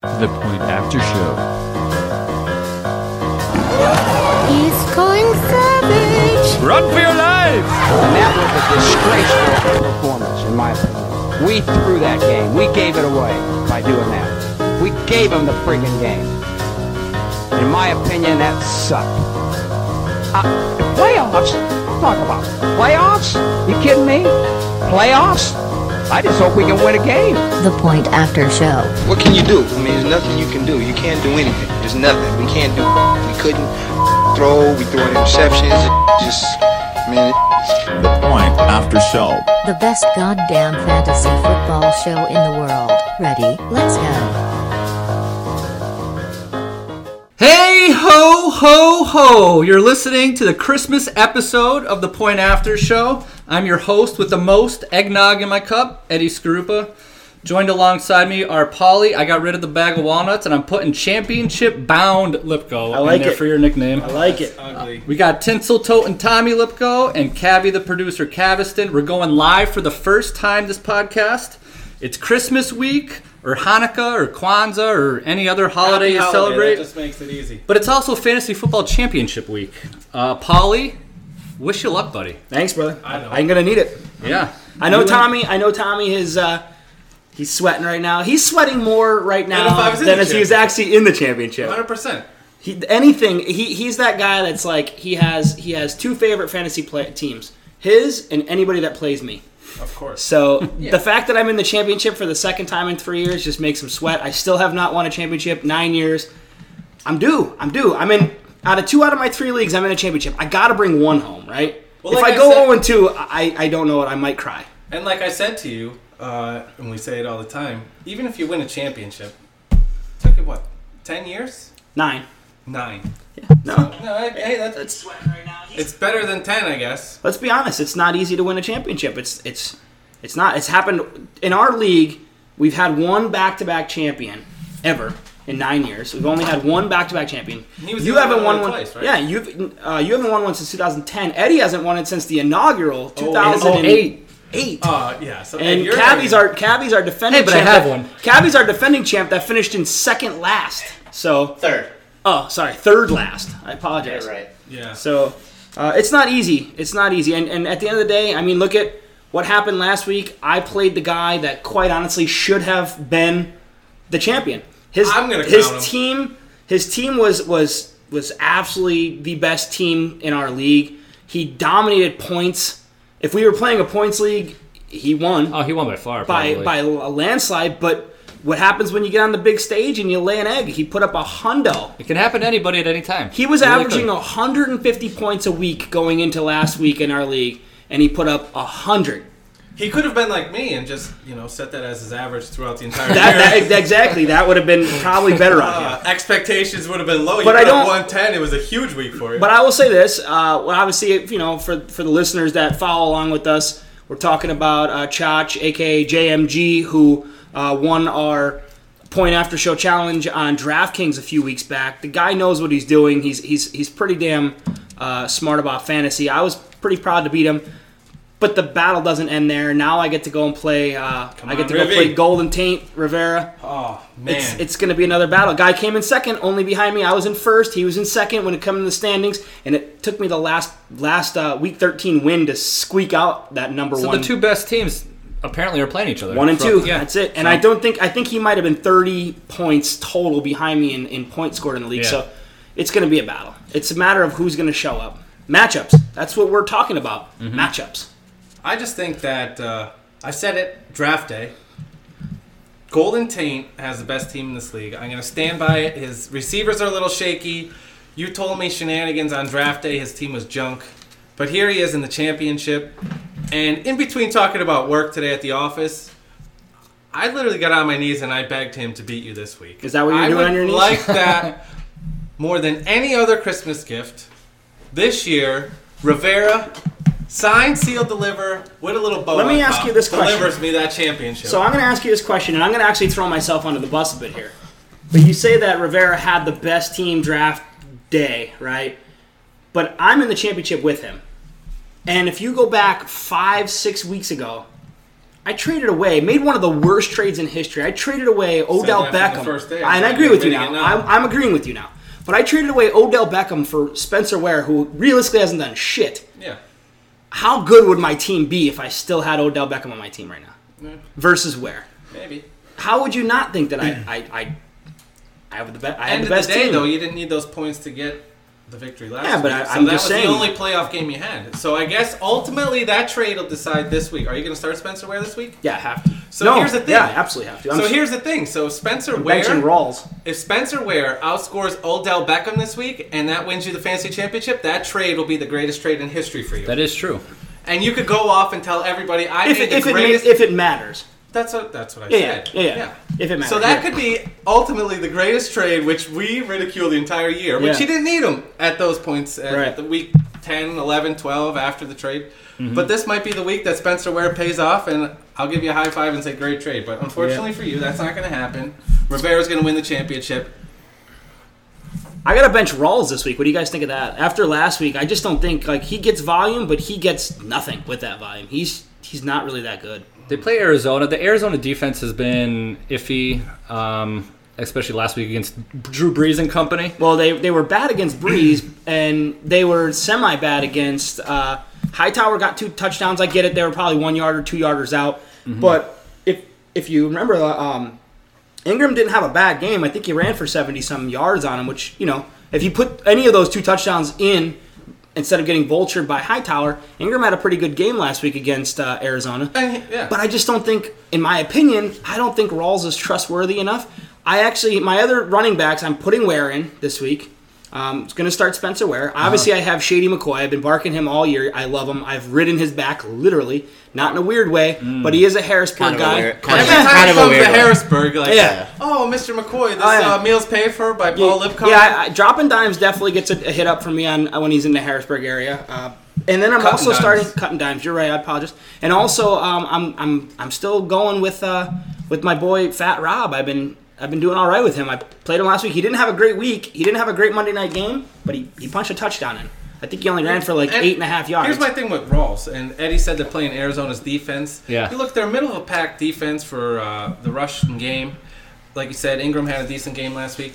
The Point After Show. He's going savage. Run for your lives! And that was a disgraceful performance, in my opinion. We threw that game. We gave it away by doing that. We gave them the freaking game. In my opinion, that sucked. Uh, playoffs? Talk about it. playoffs? You kidding me? Playoffs? I just hope we can win a game. The Point After Show. What can you do? I mean, there's nothing you can do. You can't do anything. There's nothing. We can't do. We couldn't throw. We threw interceptions. Just, I mean, The Point After Show. The best goddamn fantasy football show in the world. Ready? Let's go. Hey ho ho ho! You're listening to the Christmas episode of the Point After Show. I'm your host with the most eggnog in my cup, Eddie Scarupa. Joined alongside me are Polly. I got rid of the bag of walnuts and I'm putting championship bound Lipko I like in there it. for your nickname. I like it. We got Tinsel Tote and Tommy Lipko and Cavi the producer Caviston. We're going live for the first time this podcast. It's Christmas week or Hanukkah or Kwanzaa or any other holiday you celebrate. That just makes it easy. But it's also Fantasy Football Championship Week. Uh, Polly, wish you luck, buddy. Thanks, brother. I am gonna need it. Yeah. I know Tommy. I know Tommy is. Uh, he's sweating right now. He's sweating more right if I now was in than the if he was actually in the championship. Hundred percent. He, anything. He, he's that guy that's like he has he has two favorite fantasy play, teams. His and anybody that plays me. Of course. So the fact that I'm in the championship for the second time in three years just makes him sweat. I still have not won a championship nine years. I'm due. I'm due. I'm in out of two out of my three leagues. I'm in a championship. I got to bring one home, right? Well, if like I I go said- 0 and 2, I, I don't know what I might cry. And like I said to you, uh, and we say it all the time, even if you win a championship, took it what, ten years? Nine. Nine. No, No, I, hey, that's it's better than ten, I guess. let's be honest. It's not easy to win a championship. It's it's it's not. It's happened in our league. We've had one back-to-back champion ever in nine years. We've only had one back-to-back champion. He was you the only haven't one won one. twice, right? Yeah, you've uh, you haven't won one since 2010. Eddie hasn't won it since the inaugural 2008. Eight. Uh, yeah. So And Oh, you're- Cavi's our Cavi's our defending. Hey, but I champ have that- one. Cavi's our defending champ that finished in second last. So Third. oh, sorry, third last. I apologize. Yeah. So uh, it's not easy. It's not easy. And, and at the end of the day, I mean, look at what happened last week. I played the guy that quite honestly should have been the champion. His I'm gonna his count him. team his team was was was absolutely the best team in our league. He dominated points. If we were playing a points league, he won Oh, he won by far. by Probably. by a landslide. But what happens when you get on the big stage and you lay an egg? He put up a hundo. it can happen to anybody at any time. He was It really averaging could. 150 points a week going into last week in our league, and he put up 100. he could have been like me and just you know set that as his average throughout the entire That, year. that, exactly. That would have been probably better on him. uh, expectations would have been low. But I don't- One ten. It was a huge week for you. But I will say this: uh, well, obviously, if, you know, for for the listeners that follow along with us, we're talking about uh, Chach, aka JMG, who uh, won our point after show challenge on DraftKings a few weeks back. The guy knows what he's doing. He's he's he's pretty damn uh, smart about fantasy. I was pretty proud to beat him. But the battle doesn't end there. Now I get to go and play. Uh, I get on, to go Rivy. play Golden Taint Rivera. oh man. It's, it's going to be another battle. Guy came in second, only behind me. I was in first. He was in second when it came to the standings, and it took me the last last uh, week thirteen win to squeak out that number So one. the two best teams apparently are playing each other. one and From- two. That's it. And I don't think I think he might have been thirty points total behind me in, in points scored in the league. Yeah. So it's going to be a battle. It's a matter of who's going to show up. Matchups. That's what we're talking about. Matchups. I just think that uh, I said it draft day. Golden Taint has the best team in this league. I'm going to stand by it. His receivers are a little shaky. You told me shenanigans on draft day. His team was junk. But here he is in the championship. And in between talking about work today at the office, I literally got on my knees and I begged him to beat you this week. Is that what you're I doing would on your knees? like that more than any other Christmas gift. This year, Rivera, sign, seal, deliver with a little bow. Let me on ask top, you this question. Delivers me that championship. So I'm going to ask you this question, and I'm going to actually throw myself under the bus a bit here. But you say that Rivera had the best team draft day, right? But I'm in the championship with him. And if you go back five, six weeks ago, I traded away, made one of the worst trades in history. I traded away Odell that from Beckham. the first day. and I I'm agree with you now. admitting it now. I'm, I'm agreeing with you now. But I traded away Odell Beckham for Spencer Ware, who realistically hasn't done shit. Yeah. How good would my team be if I still had Odell Beckham on my team right now? Versus Ware. Maybe. How would you not think that I I I, I have the best? I had End the of the best day, team. though, you didn't need those points to get the victory last. Yeah, but week. I- so I'm that just was saying- the only playoff game you had. So I guess ultimately that trade will decide this week. Are you going to start Spencer Ware this week? yeah, I have to. So No, here's the thing. Yeah, I absolutely have to. I'm so here's the thing. So Spencer Ware, benching Rawls. if Spencer Ware outscores Odell Beckham this week, and that wins you the fantasy championship, that trade will be the greatest trade in history for you. That is true. and you could go off and tell everybody, "I If made it, the if, it greatest." ma- if it matters, that's what that's what yeah, I said. yeah, yeah, yeah. If it matters, So that yeah. could be ultimately the greatest trade, which we ridiculed the entire year, which Yeah. he didn't need him at those points at Right. Mm-hmm. the week 10, 11, 12 after the trade. But this might be the week that Spencer Ware pays off, and I'll give you a high five and say great trade. But unfortunately for you, that's not going to happen. Rivera's going to win the championship. I got to bench Rawls this week. What do you guys think of that? After last week, I just don't think like he gets volume, but he gets nothing with that volume. He's he's not really that good. They play Arizona. The Arizona defense has been iffy, um, especially last week against Drew Brees and company. Well, they they were bad against Breeze, and they were semi bad against uh, Hightower. Got two touchdowns. I get it. They were probably one yard or two yarders out. But if if you remember, um, Ingram didn't have a bad game. I think he ran for seventy some yards on him, which you know, if you put any of those two touchdowns in. Instead of getting vultured by Hightower, Ingram had a pretty good game last week against uh, Arizona. And he- yeah. But I just don't think, in my opinion, I don't think Rawls is trustworthy enough. I actually, my other running backs, I'm putting Ware in this week. Um, it's going to start Spencer Ware. Uh-huh. Obviously, I have Shady McCoy. I've been barking him all year. I love him. I've ridden his back literally, not in a weird way, but he is a Harrisburg Mm. Kind of a guy. weird- kind Every of- time kind he of a comes weird to one. Harrisburg, like, Yeah. oh, Mr. McCoy, this Oh, yeah. uh, meal's paid for by Yeah, Paul Lipcomb. Yeah, I, I, dropping dimes definitely gets a, a hit up from me on when he's in the Harrisburg area. Uh, and then I'm Cutting also dimes. starting cutting dimes. You're right. I apologize. And also, um, I'm I'm I'm still going with uh, with my boy Fat Rob. I've been I've been doing all right with him. I played him last week. He didn't have a great week. He didn't have a great Monday night game, but he, he punched a touchdown in. I think he only ran for like And eight and a half yards. Here's my thing with Rawls, and Eddie said they're playing Arizona's defense. Yeah. You look, they're middle of the pack defense for uh, the rushing game. Like you said, Ingram had a decent game last week.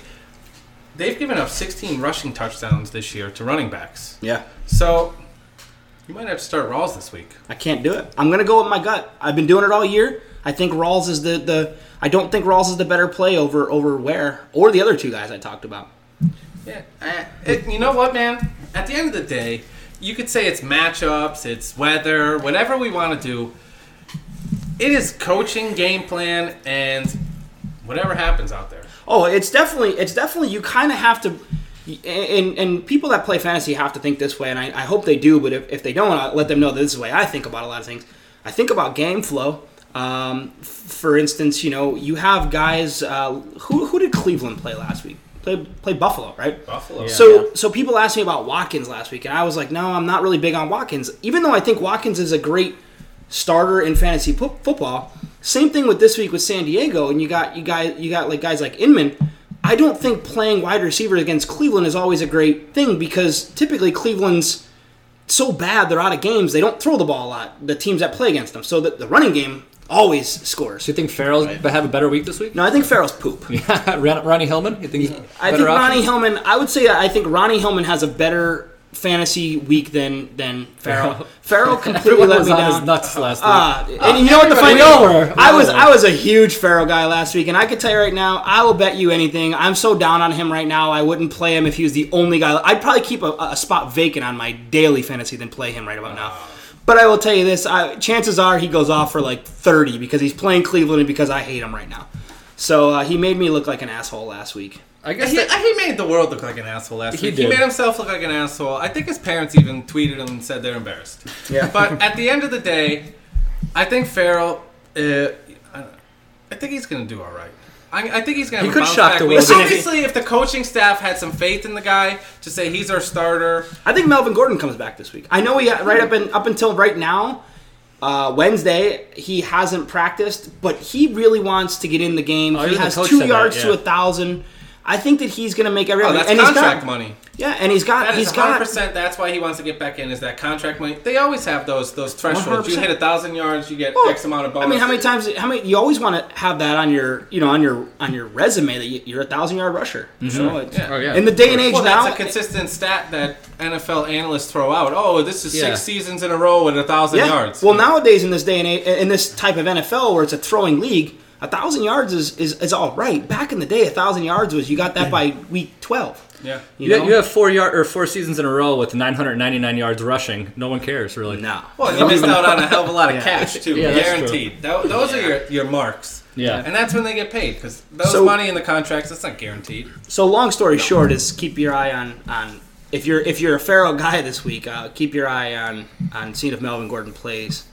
They've given up 16 rushing touchdowns this year to running backs. yeah, So you might have to start Rawls this week. I can't do it. I'm gonna go with my gut. I've been doing it all year. I think Rawls is the, the I don't think Rawls is the better play over over Ware or the other two guys I talked about. Yeah. I, it, you know what, man? At the end of the day, you could say it's matchups, it's weather, whatever we want to do. It is coaching, game plan, and whatever happens out there. Oh, it's definitely it's definitely you kind of have to, and and people that play fantasy have to think this way, and I, I hope they do. But if, if they don't, I let them know that this is the way I think about a lot of things. I think about game flow. Um, f- for instance, you know you have guys uh, who who did Cleveland play last week? Play play Buffalo, right? Buffalo. So so people asked me about Watkins last week, and I was like, no, I'm not really big on Watkins, even though I think Watkins is a great starter in fantasy fo- football. Same thing with this week with San Diego, and you got you guys you got like guys like Inman. I don't think playing wide receiver against Cleveland is always a great thing because typically Cleveland's so bad they're out of games. They don't throw the ball a lot. The teams that play against them, so that the running game always scores. Do you think Farrell's have a better week this week? No, I think Farrell's poop. Ron- Ronnie Hillman? You think he's I better think option? Ronnie Hillman. I would say I think Ronnie Hillman has a better fantasy week than than Farrell. Farrell completely Everyone let was me on his down. nuts last week. Uh, and you know what the funny we all were. We I all was were. I was a huge Farrell guy last week, and I could tell you right now, I will bet you anything. I'm so down on him right now. I wouldn't play him if he was the only guy. I'd probably keep a, a spot vacant on my daily fantasy than play him right about now. But I will tell you this: I, chances are he goes off for like 30 because he's playing Cleveland and because I hate him right now. So uh, he made me look like an asshole last week. I guess He, that- he made the world look like an asshole last He week. did. He made himself look like an asshole. I think his parents even tweeted him and said they're embarrassed. Yeah. But at the end of the day, I think Farrell, uh, I- I think he's going to do all right. I, I think he's going to. He could shock the world, didn't he? Obviously, if the coaching staff had some faith in the guy to say he's our starter, I think Melvin Gordon comes back this week. I know he right up in, up until right now, uh, Wednesday he hasn't practiced, but he really wants to get in the game. he even the Oh, has coach two said yards that, to yeah. a thousand. I think that he's going to make every. Oh, effort. that's and he's contract got- money. Yeah, and he's got That he's is 100. got percent That's why he wants to get back in. Is that contract money? They always have those those thresholds. You 100%. hit a thousand yards, you get Well, X amount of bonus. Oh, I mean, how many times? How many? You always want to have that on your, you know, on your on your resume that you- you're a thousand yard rusher. You know, it's, Yeah. Oh, yeah. In the day and age Well, now, that's a consistent stat that NFL analysts throw out. Oh, this is Yeah. six seasons in a row with a thousand yeah. yards. Well, nowadays in this day and age, in this type of NFL where it's a throwing league, a thousand yards is, is is all right. Back in the day, a thousand yards was you got that by week twelve. yeah. You, You, know? you have four yard or four seasons in a row with 999 yards rushing. No one cares really. no. Well, you missed out on a hell of a lot of cash too, Yeah, that's guaranteed. Tho- those are your, your marks. Yeah. and that's when they get paid because those So- money in the contracts that's not guaranteed. So long story short is keep your eye on on if you're if you're a Pharaoh guy this week, uh, keep your eye on on seeing if Melvin Gordon plays.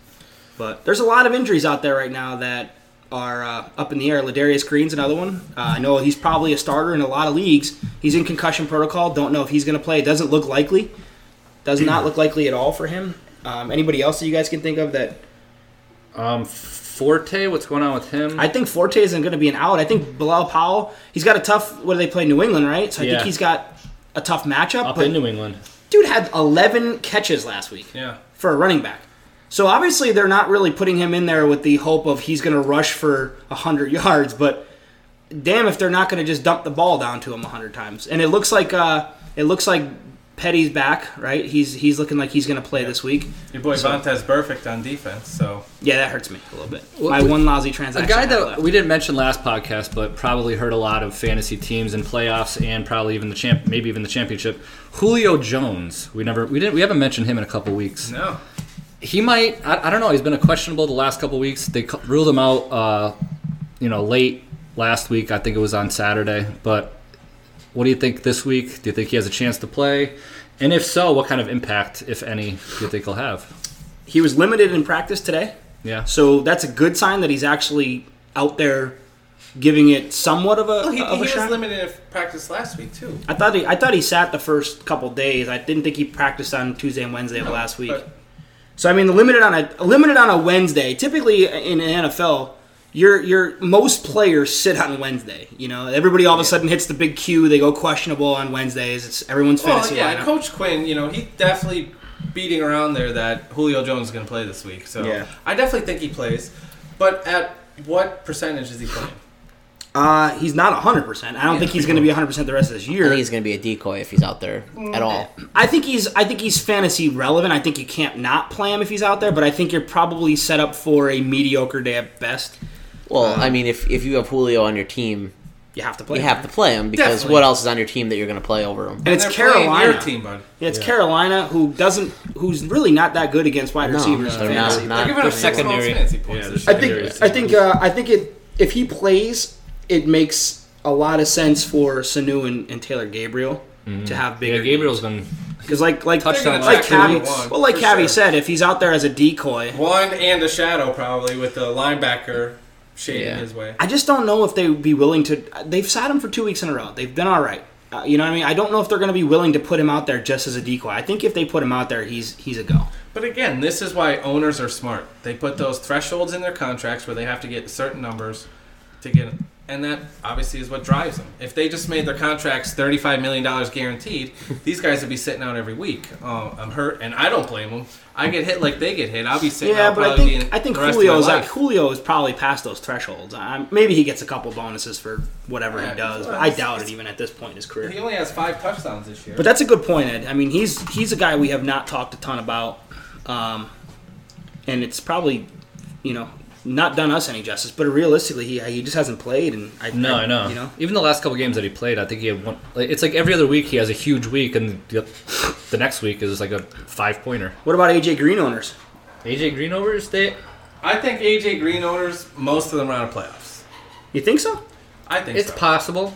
But there's a lot of injuries out there right now that are uh, up in the air. Ladarius Green's another one. Uh, I know he's probably a starter in a lot of leagues. He's in concussion protocol. Don't know if he's going to play. It doesn't look likely. Does not look likely at all for him. Um, anybody else that you guys can think of that? Um, Forte, what's going on with him? I think Forte isn't going to be an out. I think Bilal Powell. He's got a tough. What do they play? New England, right? So I Yeah. think he's got a tough matchup. Up but in New England. dude had 11 catches last week Yeah, for a running back. So obviously they're not really putting him in there with the hope of he's going to rush for 100 yards, but damn if they're not going to just dump the ball down to him 100 times. And it looks like uh, it looks like Petty's back, right? He's he's looking like he's going to play this week. your boy So- Vontez perfect on defense. So Yeah, that hurts me a little bit. Well, My we- one lousy A transaction. I guy have that left. we didn't mention last podcast, but probably hurt a lot of fantasy teams in playoffs and probably even the champ, maybe even the championship. Julio Jones. We never, we didn't, we haven't mentioned him in a couple weeks. no, He might. I, I don't know. He's been a questionable the last couple weeks. They cu- ruled him out. Uh, you know, late last week. I think it was on Saturday. But what do you think this week? Do you think he has a chance to play? And if so, what kind of impact, if any, do you think he'll have? he was limited in practice today. Yeah. So that's a good sign that he's actually out there giving it somewhat of a, well, he, of he a was shot. limited in practice last week too. I thought he, I thought he sat the first couple days. I didn't think he practiced on Tuesday and Wednesday of last week. but- So I mean, limited on a limited on a Wednesday. Typically in the NFL, your your most players sit on Wednesday. You know, everybody all of a sudden hits the big Q. They go questionable on Wednesdays. It's everyone's Well, fantasy yeah, lineup. Coach Quinn, you know, he definitely beating around there that Julio Jones is going to play this week. So Yeah. I definitely think he plays. But at what percentage is he playing? Uh, he's not hundred percent. I don't think he's going to be hundred percent the rest of this I year. think he's going to be a decoy if he's out there at all. I think he's I think he's fantasy relevant. I think you can't not play him if he's out there. But I think you're probably set up for a mediocre day at best. Well, I mean, if if you have Julio on your team, You have to play. you him. have to play him because Definitely. what else is on your team that you're going to play over him? and it's They're playing Carolina. Your team, bud. Yeah, it's Carolina who doesn't, who's really not that good against wide No, receivers. in they're not- fantasy. not They're giving up secondary secondary. fantasy points. Yeah, this they're year. I think I think uh, I think it if he plays, it makes a lot of sense for Sanu and, and Taylor Gabriel to have bigger. Yeah, Gabriel's been. because like like Touched on like, like last year. Cavi, well like For Cavi sure. said, if he's out there as a decoy, one and a shadow probably with the linebacker shading Yeah. his way. I just don't know if they would be willing to. They've sat him for two weeks in a row. They've been all right. Uh, you know what I mean? I don't know if they're going to be willing to put him out there just as a decoy. I think if they put him out there, he's he's a go. But again, this is why owners are smart. They put those thresholds in their contracts where they have to get certain numbers to get, and that obviously is what drives them. If they just made their contracts thirty-five million dollars guaranteed, these guys would be sitting out every week. Oh, I'm hurt, and I don't blame them. I get hit like they get hit. I'll be sitting Yeah, out. but I probably think the I think rest of my Julio's like life. Julio is probably past those thresholds. I, maybe he gets a couple bonuses for whatever Yeah, he does, but well, I it's- doubt it even at this point in his He career. only has five touchdowns this year. But that's a good point, Ed. I mean, he's he's a guy we have not talked a ton about, um, and it's probably you know not done us any justice. But realistically, he he just hasn't played, and I No, I know. you know Even the last couple games that he played, I think he had one. Like, it's like every other week he has a huge week, and the, the next week is like a five pointer. What about AJ Green owners? AJ Greenovers, they I think AJ Green owners, most of them are out of playoffs. You think so? I think it's so. possible.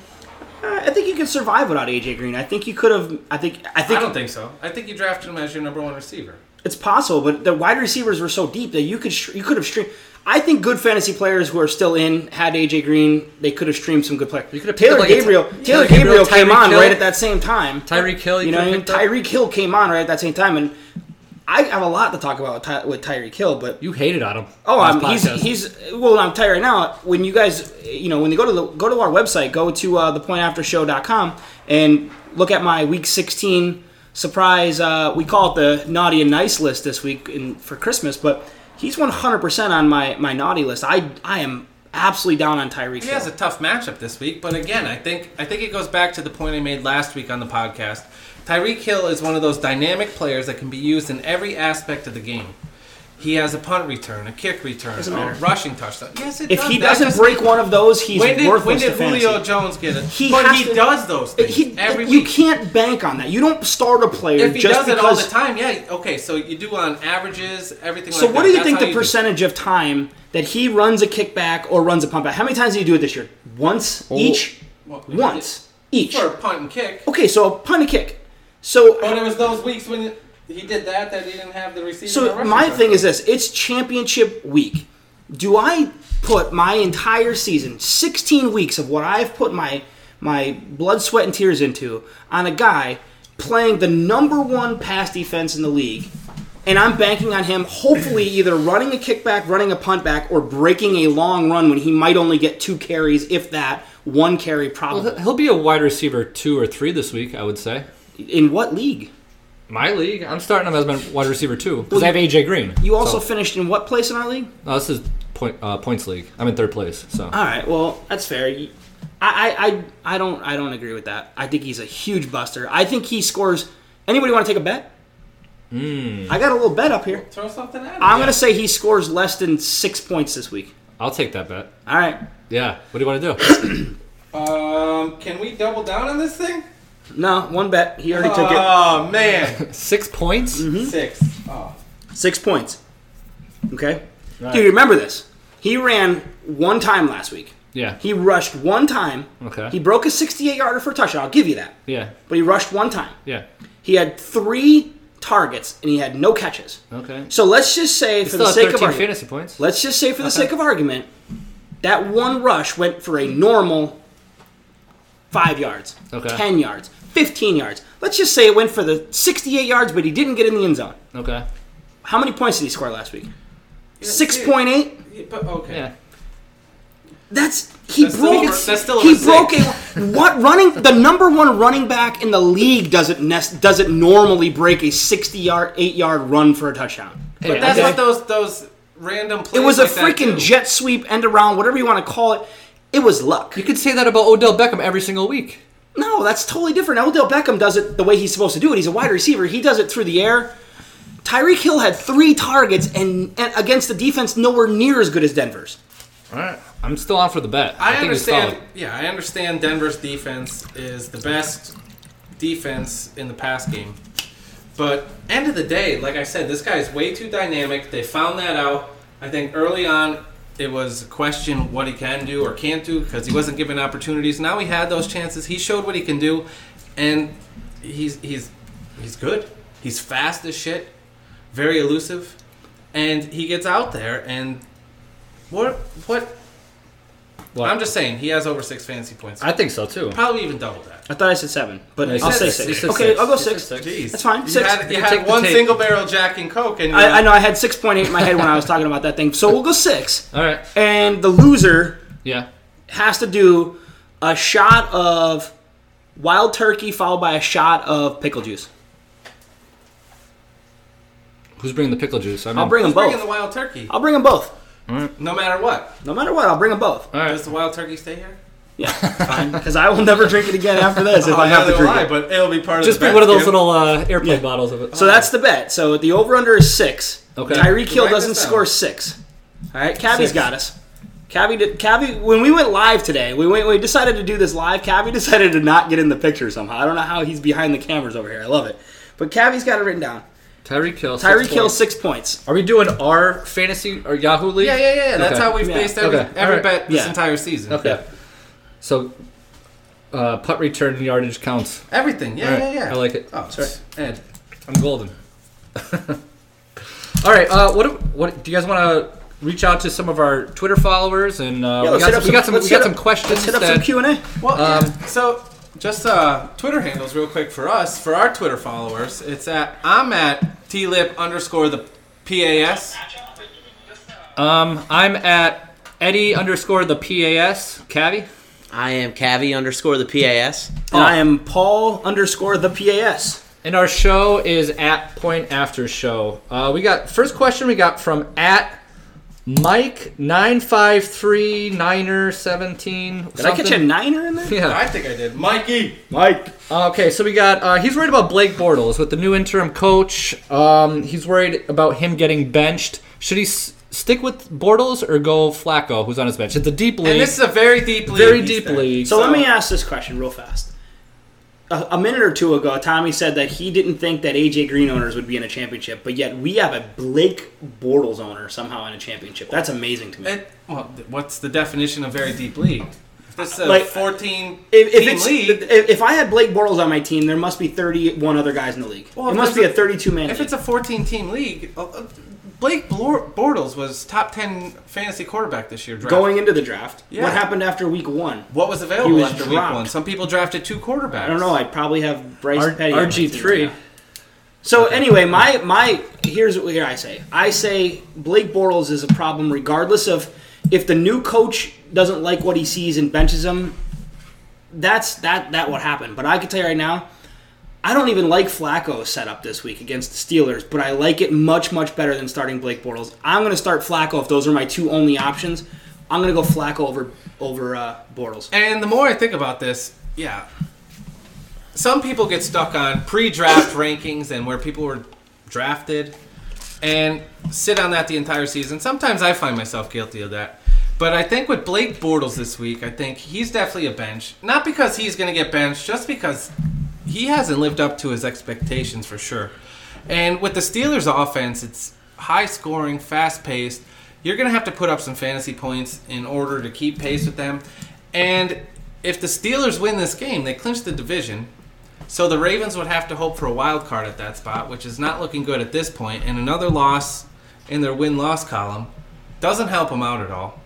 Uh, I think you can survive without AJ Green. I think you could have. I think. I think. I don't think so. I think you drafted him as your number one receiver. it's possible, but the wide receivers were so deep that you could str- you could have streamed. I think good fantasy players who are still in had AJ Green. They could have streamed some good players. could have picked Taylor up like a Gabriel. Ty- Taylor Taylor Gabriel, Gabriel came Tyreek on Hill. right at that same time. Tyreek Hill, you you know, could what I mean? have picked up. Tyreek Hill came on right at that same time, and I have a lot to talk about with, Ty- with Tyree Kill, but You hated on him. Oh, last I'm, he's podcast. he's well. I'm tired right now. When you guys, you know, when they go to the go to our website, go to uh, thepointaftershow.com and look at my week 16 surprise. Uh, we call it the naughty and nice list this week in, for Christmas, but he's 100 percent on my my naughty list. I I am absolutely down on Tyreek. He has a tough matchup this week, but again, I think I think it goes back to the point I made last week on the podcast. Tyreek Hill is one of those dynamic players that can be used in every aspect of the game. He has a punt return, a kick return, Doesn't a matter. rushing touchdown. Yes, it if does. he That doesn't just- break one of those, he's when did, worthless when did to fantasy. Julio Jones get it? He but has he to- does those It- things he- every you week. can't bank on that. You don't start a player if he just does it all because the time, yeah. Okay, so you do on averages, everything. So like what do that. you That's think how the do it. percentage of time that he runs a kickback or runs a pump out? How many times did he do it this year? Once each. Well, Once each. for a punt and kick? Okay, so a punt and kick. So But it was those weeks when he did that that he didn't have the receiver. so my thing is this: it's championship week. Do I put my entire season, 16 weeks of what I've put my my blood, sweat, and tears into, on a guy playing the number one pass defense in the league, and I'm banking on him, hopefully either running a kickback, running a punt back, or breaking a long run when he might only get two carries, if that, one carry probably. He'll be a wide receiver two or three this week, I would say. In what league? My league, I'm starting him as my wide receiver two because I have AJ Green. You so, also finished in what place in our league? no, this is point, uh, points league. I'm in third place, so All right. Well, that's fair. You- I, I, I, I don't I don't agree with that. I think he's a huge buster. I think he scores. Anybody want to take a bet? I got a little bet up here. throw something at him. I'm gonna say he scores less than six points this week. I'll take that bet. All right. Yeah, what do you want to do? Um, can we double down on this thing? No, one bet. He already took it. Oh man, Six points. six. Oh. Six points. Okay. Dude, remember this. He ran one time last week. Yeah, He rushed one time. Okay. He broke a 68 yarder for a touchdown. I'll give you that. yeah, But he rushed one time. yeah. He had three targets and he had no catches. Okay. So let's just say for Still the have sake of 13 argument, fantasy points. let's just say for the sake of argument, that one rush went for a normal five yards, Okay. ten yards, fifteen yards. Let's just say it went for the sixty-eight yards, but he didn't get in the end zone. Okay. How many points did he score last week? Yeah, Six dude, point eight. But okay. Yeah. That's he That's still broke. over- that's still he over broke six. a what running the number one running back in the league doesn't nest doesn't normally break a sixty yard eight yard run for a touchdown. Hey, But that's okay. what those those random plays. It was a like that freaking do. jet sweep, end around, whatever you want to call it. It was luck. You could say that about Odell Beckham every single week. No, that's totally different. Odell Beckham does it the way he's supposed to do it. He's a wide receiver. He does it through the air. Tyreek Hill had three targets and, and against the defense nowhere near as good as Denver's. All right. I'm still on for the bet. I, think it's understand. solid. Yeah, I understand. Denver's defense is the best defense in the pass game, but end of the day, like I said, this guy is way too dynamic. They found that out. I think early on, it was a question what he can do or can't do because he wasn't given opportunities. Now he had those chances. He showed what he can do, and he's he's he's good. He's fast as shit, very elusive, and he gets out there and what what What? I'm just saying he has over six fantasy points. I think so too. Probably even double that. I thought I said seven, but you I'll said say six. six. You said Okay, six. I'll go You said six. six. Jeez, That's fine, You six. had, you You had take the one tape. single barrel Jack and Coke, and you I, I know I had six point eight in my head when I was talking about that thing, so we'll go six. All right. And the loser Yeah. has to do a shot of wild turkey followed by a shot of pickle juice. Who's bringing the pickle juice? I'm I'll in. bring them bring in the both. wild turkey. I'll bring them both. No matter what, No matter what, I'll bring them both. All right. does the wild turkey stay here? Yeah, fine. Because I will never drink it again after this if Oh, I have to neither will drink I, it. but it'll be part Just of the bring one of those basket. little uh, airplane bottles of it. So that's the bet. So the over under is six. Okay. Tyreek Hill Write this doesn't down. score six. All right, Cavi's Six. got us. Cavi, did, Cavi, when we went live today, we went, we decided to do this live. Cavi decided to not get in the picture somehow. I don't know how he's behind the cameras over here. I love it. But Cavi's got it written down. Tyreek Hill. six Tyreek Hill points. six points. Are we doing our fantasy or Yahoo league? Yeah, yeah, yeah. That's Okay. how we've Yeah. based every, Okay. every Alright. bet this Yeah. entire season. Okay. So, uh, putt return yardage counts. Everything. Yeah, Alright, yeah, yeah. I like it. Oh, Sorry. Ed. I'm golden. All right. Uh, what what do you guys want to reach out to some of our Twitter followers and uh, Yeah, we, let's got hit some, up we got some let's we hit got some up- questions Let's hit up that some Q and A. Well, Um, yeah. so just uh, Twitter handles real quick for us, for our Twitter followers. It's at I'm at T Lip underscore the PAS. Um, I'm at Eddie underscore the PAS. Cavi? I am Cavi underscore the PAS. And I am Paul underscore the PAS. And our show is at Point After Show. Uh, we got first question we got from at Mike nine five three niner seventeen. Did I catch a niner in there? Yeah. I think I did. Mikey. Mike. Okay, so we got uh, he's worried about Blake Bortles with the new interim coach. Um, he's worried about him getting benched. Should he s- stick with Bortles or go Flacco, who's on his bench? It's a deep league, And this is a very deep league. very these deep days. league. So let me ask this question real fast. A, a minute or two ago, Tommy said that he didn't think that AJ Green owners would be in a championship, but yet we have a Blake Bortles owner somehow in a championship. That's amazing to me. It, well, th- what's the definition of very deep league? If this is a Like, 14 If, if, team it's, league, if, if I had Blake Bortles on my team, there must be 31 other guys in the league. Well, it if must be there's a 32 man. if it's a 14 team league, uh, uh, Blake Blor- Bortles was top 10 fantasy quarterback this year. Draft. going into the draft, Yeah. what happened after week one? what was available was after week dropped. one? Some people drafted two quarterbacks. I don't know. I probably have Bryce R- Petty. on my team RG3. now. So anyway, my my here's what here I say. I say Blake Bortles is a problem regardless of if the new coach doesn't like what he sees and benches him. That's that that what happened. But I can tell you right now, I don't even like Flacco's setup this week against the Steelers, but I like it much much better than starting Blake Bortles. I'm going to start Flacco if those are my two only options. I'm going to go Flacco over over uh, Bortles. And the more I think about this, yeah, some people get stuck on pre-draft rankings and where people were drafted, and sit on that the entire season. Sometimes I find myself guilty of that. But I think with Blake Bortles this week, I think he's definitely a bench. Not because he's going to get benched, just because he hasn't lived up to his expectations for sure. And with the Steelers' offense, it's high scoring, fast paced. You're going to have to put up some fantasy points in order to keep pace with them. And if the Steelers win this game, they clinch the division. So the Ravens would have to hope for a wild card at that spot, which is not looking good at this point. And another loss in their win loss column doesn't help them out at all.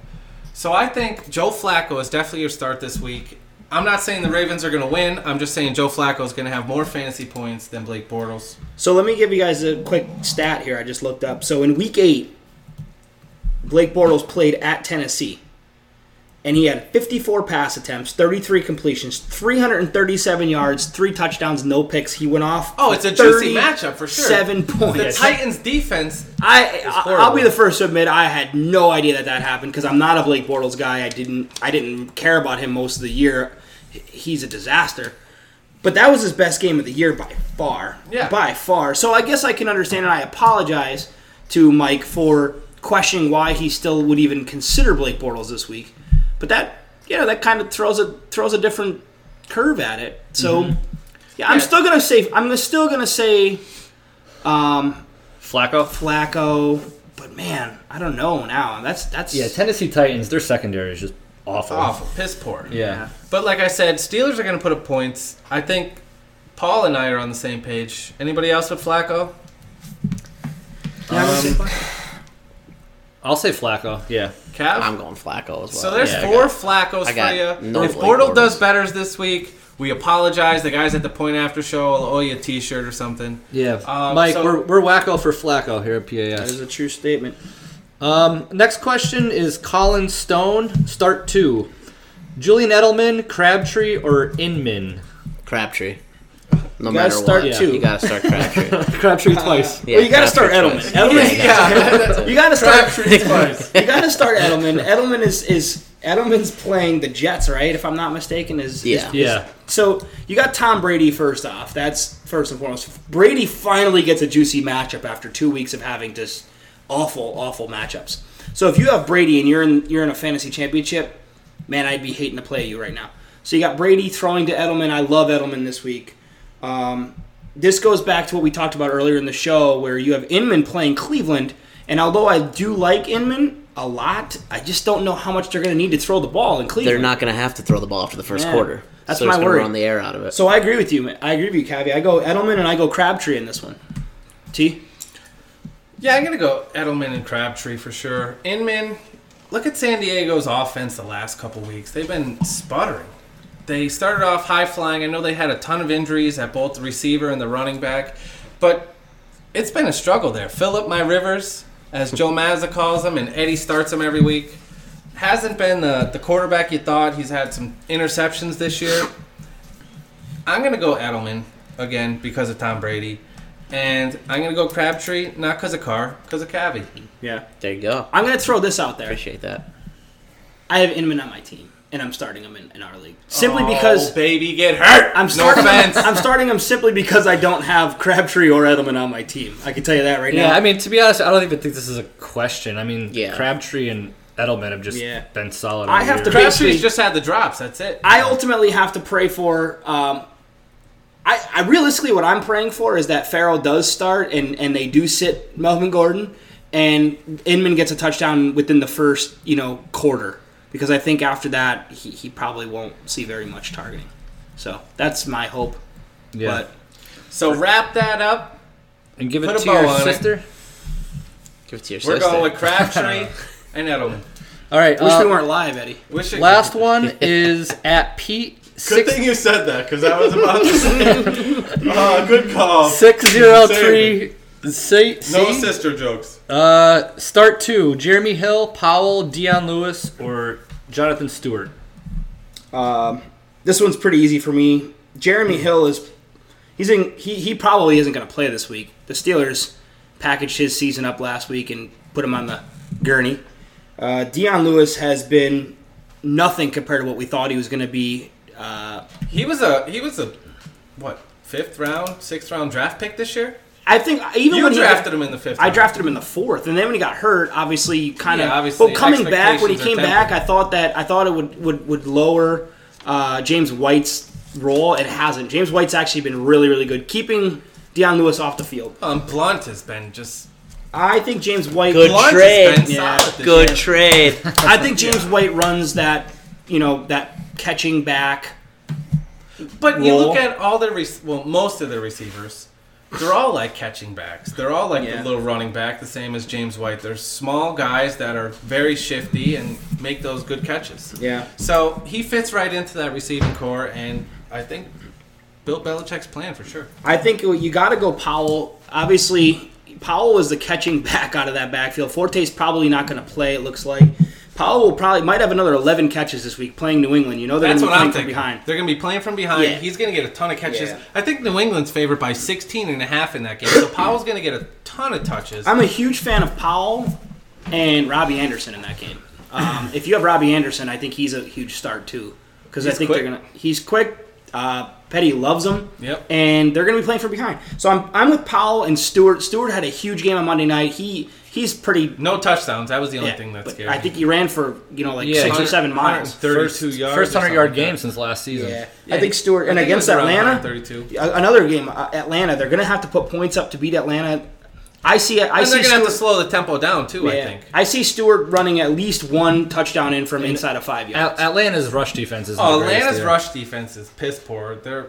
So I think Joe Flacco is definitely your start this week. I'm not saying the Ravens are going to win. I'm just saying Joe Flacco is going to have more fantasy points than Blake Bortles. So let me give you guys a quick stat here. I just looked up. So in week eight, Blake Bortles played at Tennessee, and he had 54 pass attempts, 33 completions, 337 yards, three touchdowns, no picks. He went off. Oh, it's a juicy matchup for sure. Seven The points. Titans defense. I, I I'll horrible. be the first to admit I had no idea that that happened because I'm not a Blake Bortles guy. I didn't I didn't care about him most of the year. H- He's a disaster. But that was his best game of the year by far. Yeah. By far. So I guess I can understand and I apologize to Mike for questioning why he still would even consider Blake Bortles this week. But that you know, that kind of throws a throws a different curve at it. So yeah, I'm Mm-hmm. Yeah. still gonna say I'm still gonna say Flacco. Flacco. But man, I don't know now. That's that's Yeah, Tennessee Titans. Their secondary is just awful. Awful. Piss poor. Yeah. But like I said, Steelers are going to put up points. I think Paul and I are on the same page. Anybody else with Flacco? Yeah, I'm gonna say Flacco. I'll say Flacco. Yeah. Cav? I'm going Flacco as well. So there's Yeah, I four got- Flaccos I got for you. no if Blake Bortle does Bortles. betters this week, we apologize. The guys at the point after show will owe you a T-shirt or something. Yeah. Um, Mike, so- we're, we're wacko for Flacco here at That is PAS. a true statement. Um, next question is Colin Stone, start two. Julian Edelman, Crabtree, or Inman? Crabtree. No You matter gotta start what, two. you gotta start Crabtree. Yeah, Crabtree twice. well, you gotta start Crabtree Edelman. twice. Edelman, you gotta start. Twice. You gotta start Edelman. Edelman is is Edelman's playing the Jets, right? If I'm not mistaken, is is- Yeah. Yeah. So you got Tom Brady first off. That's first and foremost. Brady finally gets a juicy matchup after two weeks of having just awful, awful matchups. So if you have Brady and you're in you're in a fantasy championship, man, I'd be hating to play you right now. So you got Brady throwing to Edelman. I love Edelman this week. Um, this goes back to what we talked about earlier in the show, where you have Inman playing Cleveland. And although I do like Inman a lot, I just don't know how much they're going to need to throw the ball in Cleveland. They're not gonna have to throw the ball after the first Yeah. quarter. That's so they're just my gonna worry. Run the air out of it. So I agree with you. man. I agree with you, Cavi. I go Edelman and I go Crabtree in this one. T. Yeah, I'm gonna go Edelman and Crabtree for sure. Inman, look at San Diego's offense the last couple weeks. They've been sputtering. They started off high flying. I know they had a ton of injuries at both the receiver and the running back, but it's been a struggle there. Philip, my Rivers, as Joe Mazza calls him, and Eddie starts him every week, hasn't been the, the quarterback you thought. He's had some interceptions this year. I'm going to go Edelman again because of Tom Brady. And I'm going to go Crabtree, not because of Carr, because of Cavi. Yeah. There you go. I'm going to throw this out there. Appreciate that. I have Inman on my team, and I'm starting him in, in our league. Simply because. Oh, baby, get hurt. I'm no starting, offense. I'm starting him simply because I don't have Crabtree or Edelman on my team. I can tell you that right Yeah, now. I mean, to be honest, I don't even think this is a question. I mean, Yeah. Crabtree and Edelman have just Yeah. been solid. I all have year. to be- Crabtree's just had the drops. That's it. I ultimately have to pray for. Um, I, I realistically, what I'm praying for is that Farrell does start and and they do sit Melvin Gordon and Inman gets a touchdown within the first you know quarter because I think after that he, he probably won't see very much targeting. So that's my hope. yeah. so wrap that up. and give it put a to bow your on it. sister. Give it to your We're sister. going with Crabtree and Edelman. All right. But wish uh, we weren't live, Eddie. Wish it- last one is at Pete. Good Six, thing you said that because I was about to say. Oh, good call. six zero three. C, No C? sister jokes. Uh, start two: Jeremy Hill, Powell, Dion Lewis, or Jonathan Stewart. Um, this one's pretty easy for me. Jeremy Hmm. Hill is he's in he, he probably isn't going to play this week. The Steelers packaged his season up last week and put him on the gurney. Uh, Deion Lewis has been nothing compared to what we thought he was going to be. Uh, He was a he was a what fifth round, sixth round draft pick this year. I think even You when he- drafted him in the fifth. I round. drafted him in the fourth, and then when he got hurt, obviously you kind of. Yeah, obviously, but coming back when he came expectations are back, I tempered. thought that I thought it would would would lower uh, James White's role. It hasn't. James White's actually been really really good, keeping Deion Lewis off the field. Um, Blunt has been just I think James White. Good Blunt trade. has been Yeah, solid. This Good year. trade. I think James White runs that you know that catching back. But you role. look at all their rec- well, most of their receivers, they're all like catching backs. They're all like Yeah. the little running back, the same as James White. They're small guys that are very shifty and make those good catches. Yeah. So he fits right into that receiving core, and I think Bill Belichick's plan for sure. I think you got to go Powell. Obviously, Powell was the catching back out of that backfield. Forte's probably not going to play. It looks like Powell will probably might have another 11 catches this week playing New England. You know they're going That's to what be playing I'm from thinking. behind. They're going to be playing from behind. Yeah. He's going to get a ton of catches. Yeah. I think New England's favored by 16 and a half in that game. So Powell's going to get a ton of touches. I'm a huge fan of Powell and Robbie Anderson in that game. Um, if you have Robbie Anderson, I think he's a huge start too because I He's think they're quick. going to. He's quick. Uh, Petty loves him. Yep. And they're going to be playing from behind. So I'm I'm with Powell and Stewart. Stewart had a huge game on Monday night. He he's pretty no touchdowns. That was the only Yeah, thing that but scared I me. think he ran for you know like Yeah, six or 100 seven miles. 132 First- yards. First or something hundred yard like game that. since last season. Yeah. I think Stewart and I think it was against around Atlanta, 132. a- another game, uh, Atlanta, they're going to have to put points up to beat Atlanta. I see. I And see. they're gonna have to Stewart, slow the tempo down too. I yeah. think. I see Stewart running at least one touchdown in from inside of five yards. At- Atlanta's rush defense is. Oh, Atlanta's rush defense is piss poor. They're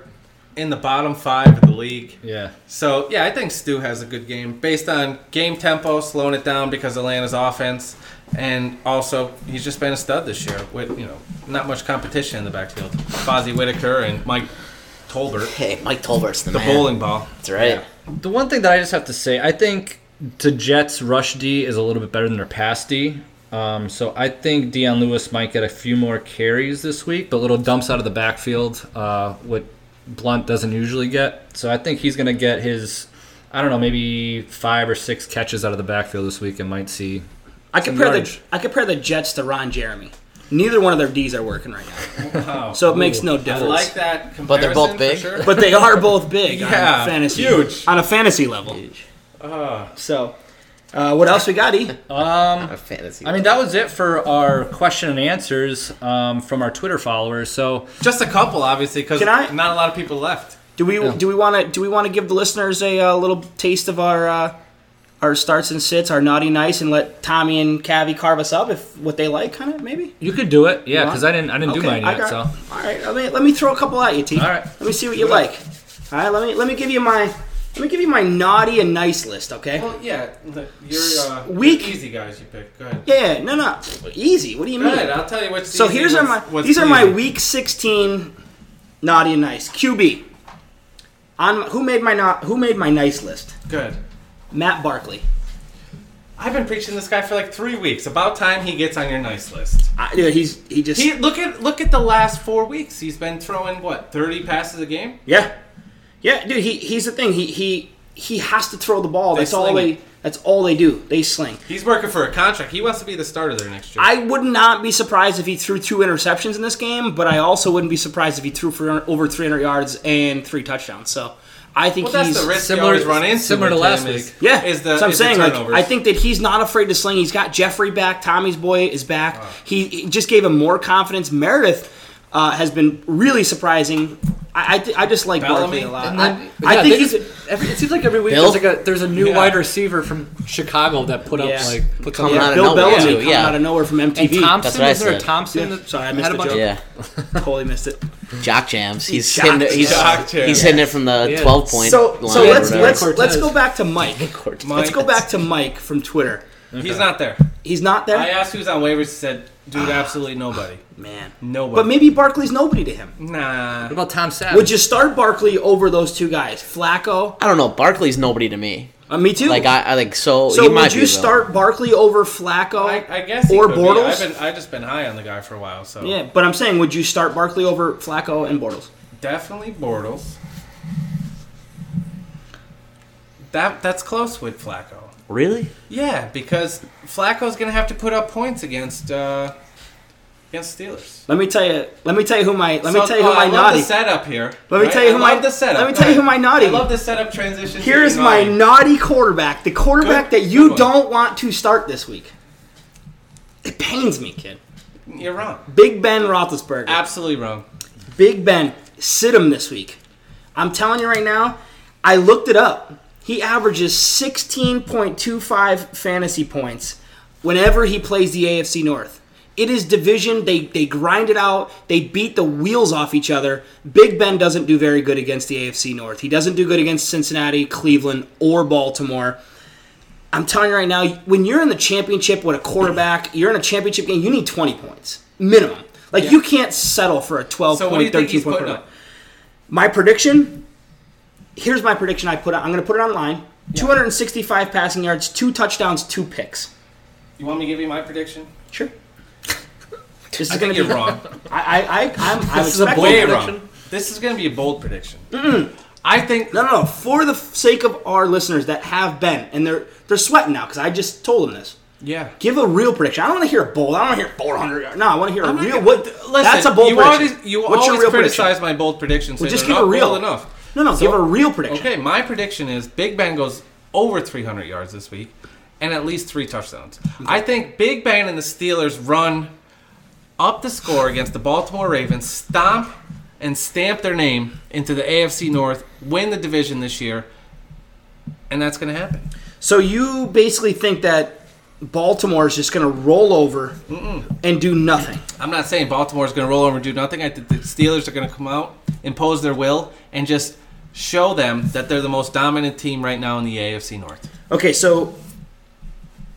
in the bottom five of the league. Yeah. So yeah, I think Stu has a good game based on game tempo, slowing it down because Atlanta's offense, and also he's just been a stud this year with you know not much competition in the backfield. Fozzie Whitaker and Mike Tolbert, Hey, Mike Tolbert's the, the man. bowling ball. That's right. The one thing that I just have to say, I think the Jets' rush D is a little bit better than their pass D. Um, so I think Deion Lewis might get a few more carries this week, but little dumps out of the backfield, uh, what Blunt doesn't usually get. So I think he's going to get his, I don't know, maybe five or six catches out of the backfield this week and might see. I some compare the yardage. I compare the Jets to Ron Jeremy. Neither one of their D's are working right now, so it makes no I difference. like that comparison. But they're both big. For sure. but they are both big Yeah, on fantasy, huge. on a fantasy level. So, uh, what else we got? E? A fantasy. I mean, that was it for our question and answers um, from our Twitter followers. So Just a couple, obviously, because Can I- not a lot of people left. Do we do we want to do we want to give the listeners a uh, little taste of our uh, our starts and sits, our naughty nice, and let Tommy and Cavi carve us up if what they like, kind of maybe. you could do it, yeah, want? because I didn't, I didn't do mine I yet. got- So all right, let me, let me throw a couple at you, T. All right. let me see what you like. All right, let me let me give you my let me give you my naughty and nice list. Okay. Well, yeah, look, you're uh, Weak. easy guys. You pick. Go ahead. yeah, no, no, easy. What do you Go mean? ahead. I'll tell you what's So easy, here's are what's- my what's these are my easy. week 16 naughty and nice QB. On who made my not who made my nice list? Good. Matt Barkley. I've been preaching this guy for like three weeks. About time he gets on your nice list. I, yeah, he's he just he, look at look at the last four weeks. He's been throwing what thirty passes a game. Yeah, yeah, dude. He he's the thing. He he he has to throw the ball. They that's all sling they. it. That's all they do. They sling. He's working for a contract. He wants to be the starter there next year. I would not be surprised if he threw two interceptions in this game, but I also wouldn't be surprised if he threw for over 300 yards and three touchdowns. So I think well, that's he's the risk similar- similar, always run into. similar to with last him week. Is, Yeah, is the so I'm is the saying like turnovers. I think that he's not afraid to sling. He's got Jeffrey back, Tommy's boy is back. He, he just gave him more confidence. Meredith uh, has been really surprising. I I, th- I just like Barkley Bellamy? a lot. And then, I, yeah, I think they he's just- every- it seems like every week Bill? there's like a there's a new Yeah. wide receiver from Chicago that put Yeah. up like puts Coming up out of Bill nowhere, Bellamy too, coming yeah. out of nowhere from and MTV. Thompson That's what I is there a said. Thompson Yeah. that Sorry, I had missed a the bunch joke. of- Yeah. totally missed it. Jock jams. He's jock hitting. it- He's Jock jam. he's hitting it from the Yeah. twelve point. So line so or let's whatever. let's Cortez. let's go back to Mike. Cortez. Let's go back to Mike from Twitter. he's not there. He's not there, I asked who's on waivers. He said, "Dude, absolutely nobody. man. Nobody." But maybe Barkley's nobody to him. nah. What about Tom Savage? Would you start Barkley over those two guys, Flacco? I don't know. Barkley's nobody to me. Uh, me too. Like I, I like so. so he would might you be, though. start Barkley over Flacco I, I guess he or could be. Bortles? I've been I've just been high on the guy for a while, so yeah, but I'm saying, would you start Barkley over Flacco and Bortles? definitely Bortles. That that's close with Flacco. Really? Yeah, because Flacco's gonna have to put up points against uh, against Steelers. Let me tell you. Let me tell you who my. Let me So, tell you oh, who my I love naughty. the setup here. Let me right? tell you who I my- love the setup. let me tell you who my naughty- I love the setup transition. Here's my naughty quarterback, the quarterback Good- that good you one. don't want to start this week. It pains me, kid. You're wrong. Big Ben Roethlisberger. Absolutely wrong. Big Ben, sit him this week. I'm telling you right now, I looked it up. He averages 16.25 fantasy points whenever he plays the AFC North. It is division. They, they grind it out. They beat the wheels off each other. Big Ben doesn't do very good against the AFC North. He doesn't do good against Cincinnati, Cleveland, or Baltimore. I'm telling you right now, when you're in the championship with a quarterback, you're in a championship game, you need 20 points minimum. Like, you can't settle for a 12 So point, what do you 13 think he's point putting quarterback. up? My prediction here's my prediction I put out. I'm going to put it online 265 passing yards, two touchdowns, two picks. You want me to give you my prediction? Sure. this I is think going to you're be wrong. I, I, I, I'm, I'm This is a expecting- bold Way prediction? wrong. This is going to be a bold prediction. I think No, no, no. For the f- sake of our listeners that have been, and they're they're sweating now because I just told them this. Yeah. Give a real prediction. I don't want to hear a bold. I don't want to hear 400 yards. No, I want to hear a I'm not real. gonna- what? Listen, that's a bold you prediction. Always, you What's your always real criticize prediction? my bold predictions. Well, say just they're give a not real. bold enough. No, no, So- give a real prediction. Okay, my prediction is Big Ben goes over 300 yards this week and at least three touchdowns. I think Big Ben and the Steelers run up the score against the Baltimore Ravens, stomp and stamp their name into the AFC North, win the division this year, and that's going to happen. So you basically think that Baltimore is just going to roll over and do nothing? I'm not saying Baltimore's going to roll over and do nothing. I think the Steelers are going to come out, impose their will, and just show them that they're the most dominant team right now in the AFC North. Okay, so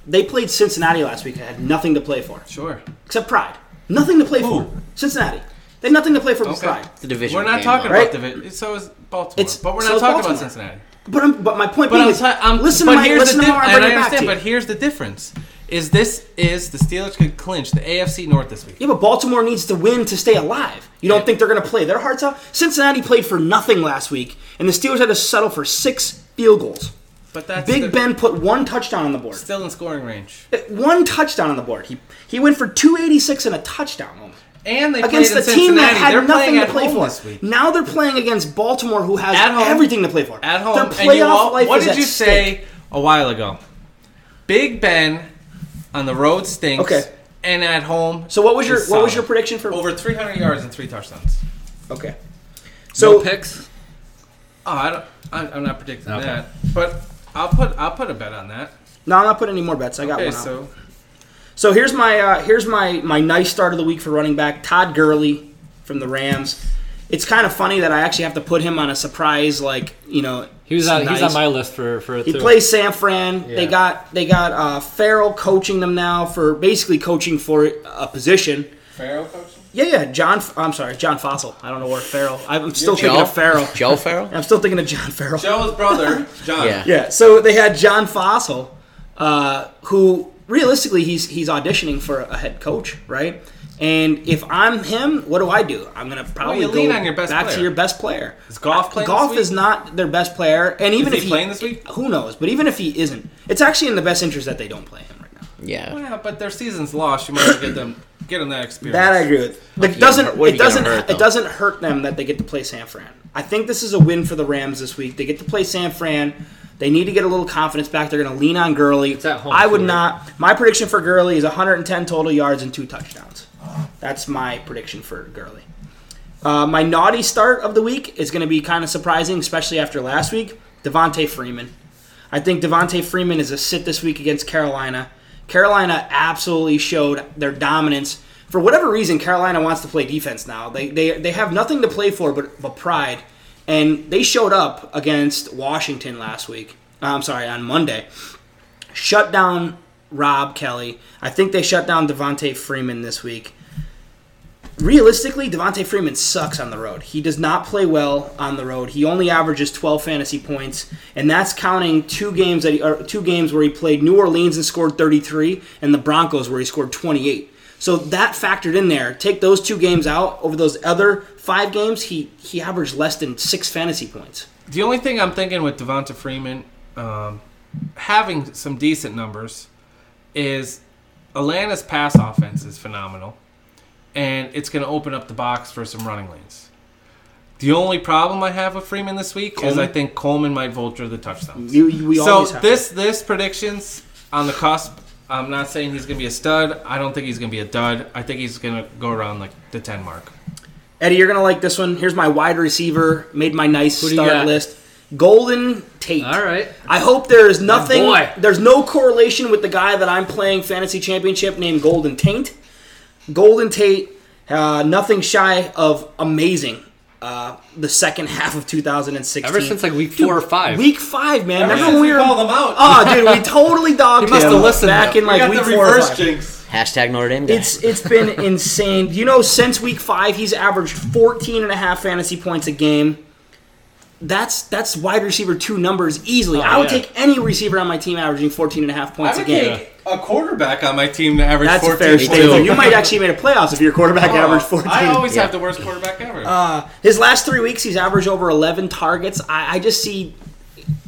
they played Cincinnati last week. I had nothing to play for Sure. except pride. Nothing to play for. Who? Cincinnati. They had nothing to play for but Okay. pride. The division. We're not game, talking though. about Right? division. So is Baltimore. It's- but we're so not it's talking Baltimore. about Cincinnati. But I'm, but my point But being I'm, is, t- I'm listen, but to my, here's listen the to dif- how I and bring I it back to understand, you. but here's the difference: is this is the Steelers could clinch the AFC North this week. Yeah, but Baltimore needs to win to stay alive. You don't think they're going to play their hearts out? Cincinnati played for nothing last week, and the Steelers had to settle for six field goals. But that's Big the- Ben put one touchdown on the board. still in scoring range, One touchdown on the board. He he went for 286 and a touchdown and they against the played in team that Cincinnati. had They're nothing playing to at play home for. this week. Now they're playing against Baltimore, who has At home. everything to play for. at home. Their and playoff you all- life what is did at you stake. say a while ago? Big Ben on the road stinks. Okay. And at home. So what was your is what was solid. your prediction for? Over 300 yards and three touchdowns. Okay, no so picks? Oh, I don't. I'm, I'm not predicting Okay. that, but I'll put I'll put a bet on that. no, I'm not putting any more bets. I got Okay, one out. so So here's my uh, here's my my nice start of the week for running back Todd Gurley from the Rams. It's kind of funny that I actually have to put him on a surprise, like you know. He was on, nice. he's on my list for for He too. plays San Fran. They Yeah. got they got uh, Farrell coaching them now for basically coaching for a position. Farrell coaching. Yeah, yeah, John. I'm sorry, John Fossil. I don't know where Farrell. I'm still Joe? thinking of Farrell. Joe Farrell? I'm still thinking of John Farrell. Joe's brother, John. Yeah. Yeah. So they had John Fossil, uh, who realistically he's he's auditioning for a head coach, right? And if I'm him, what do I do? I'm gonna probably you lean go on your best back player. to your best player. Uh, Is golf playing? Golf this is not their best player, and even he if he playing this week? who knows? But even if he isn't, it's actually in the best interest that they don't play him. Yeah. Well, but their season's lost. You might as well get them get them that experience. That I agree with. It doesn't. What It are you gonna doesn't. hurt, though? it doesn't hurt them that they get to play San Fran. I think this is a win for the Rams this week. They get to play San Fran. They need to get a little confidence back. They're going to lean on Gurley. It's at home I would field. not. My prediction for Gurley is 110 total yards and two touchdowns. That's my prediction for Gurley. Uh, my naughty start of the week is going to be kind of surprising, especially after last week. Devontae Freeman. I think Devontae Freeman is a sit this week against Carolina. Carolina absolutely showed their dominance. For whatever reason, Carolina wants to play defense now. They they, they have nothing to play for but, but pride. And they showed up against Washington last week. Uh, I'm sorry, on Monday. Shut down Rob Kelly. I think they shut down Devontae Freeman this week realistically, Devontae Freeman sucks on the road. He does not play well on the road. He only averages 12 fantasy points, and that's counting two games that he, or two games where he played New Orleans and scored 33, and the Broncos where he scored 28. So that factored in there. Take those two games out over those other five games, he he averaged less than six fantasy points. The only thing I'm thinking with Devonta Freeman um, having some decent numbers is Atlanta's pass offense is phenomenal, and it's going to open up the box for some running lanes. The only problem I have with Freeman this week is I Coleman? think Coleman might vulture the touchdowns. You- you- we so always have this this predictions on the cusp. I'm not saying he's going to be a stud. I don't think he's going to be a dud. I think he's going to go around like the 10 mark. Eddie, you're gonna like this one. Here's my wide receiver. Made my nice Who do you start got? list. Golden Tate. All right. I hope there is nothing. boy. There's no correlation with the guy that I'm playing fantasy championship named Golden Taint. Golden Tate, uh, nothing shy of amazing. Uh, the second half of 2016. Ever since, like, week four or five. Week five, Yeah, man. Remember since when we we were called them out. Oh, dude, we totally dogged He must him have listened. back in We like got week the four or reverse five. Hashtag Notre Dame guy. It's it's been insane. You know, since week five, he's averaged 14 and a half fantasy points a game. That's that's wide receiver two numbers easily. Oh, I would yeah. take any receiver on my team averaging 14 and a half points a I would game. take a quarterback on my team to average That's a 14 fair statement. You might actually made a playoffs if your quarterback Oh, averaged 14. I always have the worst quarterback ever. Uh, his last three weeks, he's averaged over 11 targets. I, I just see.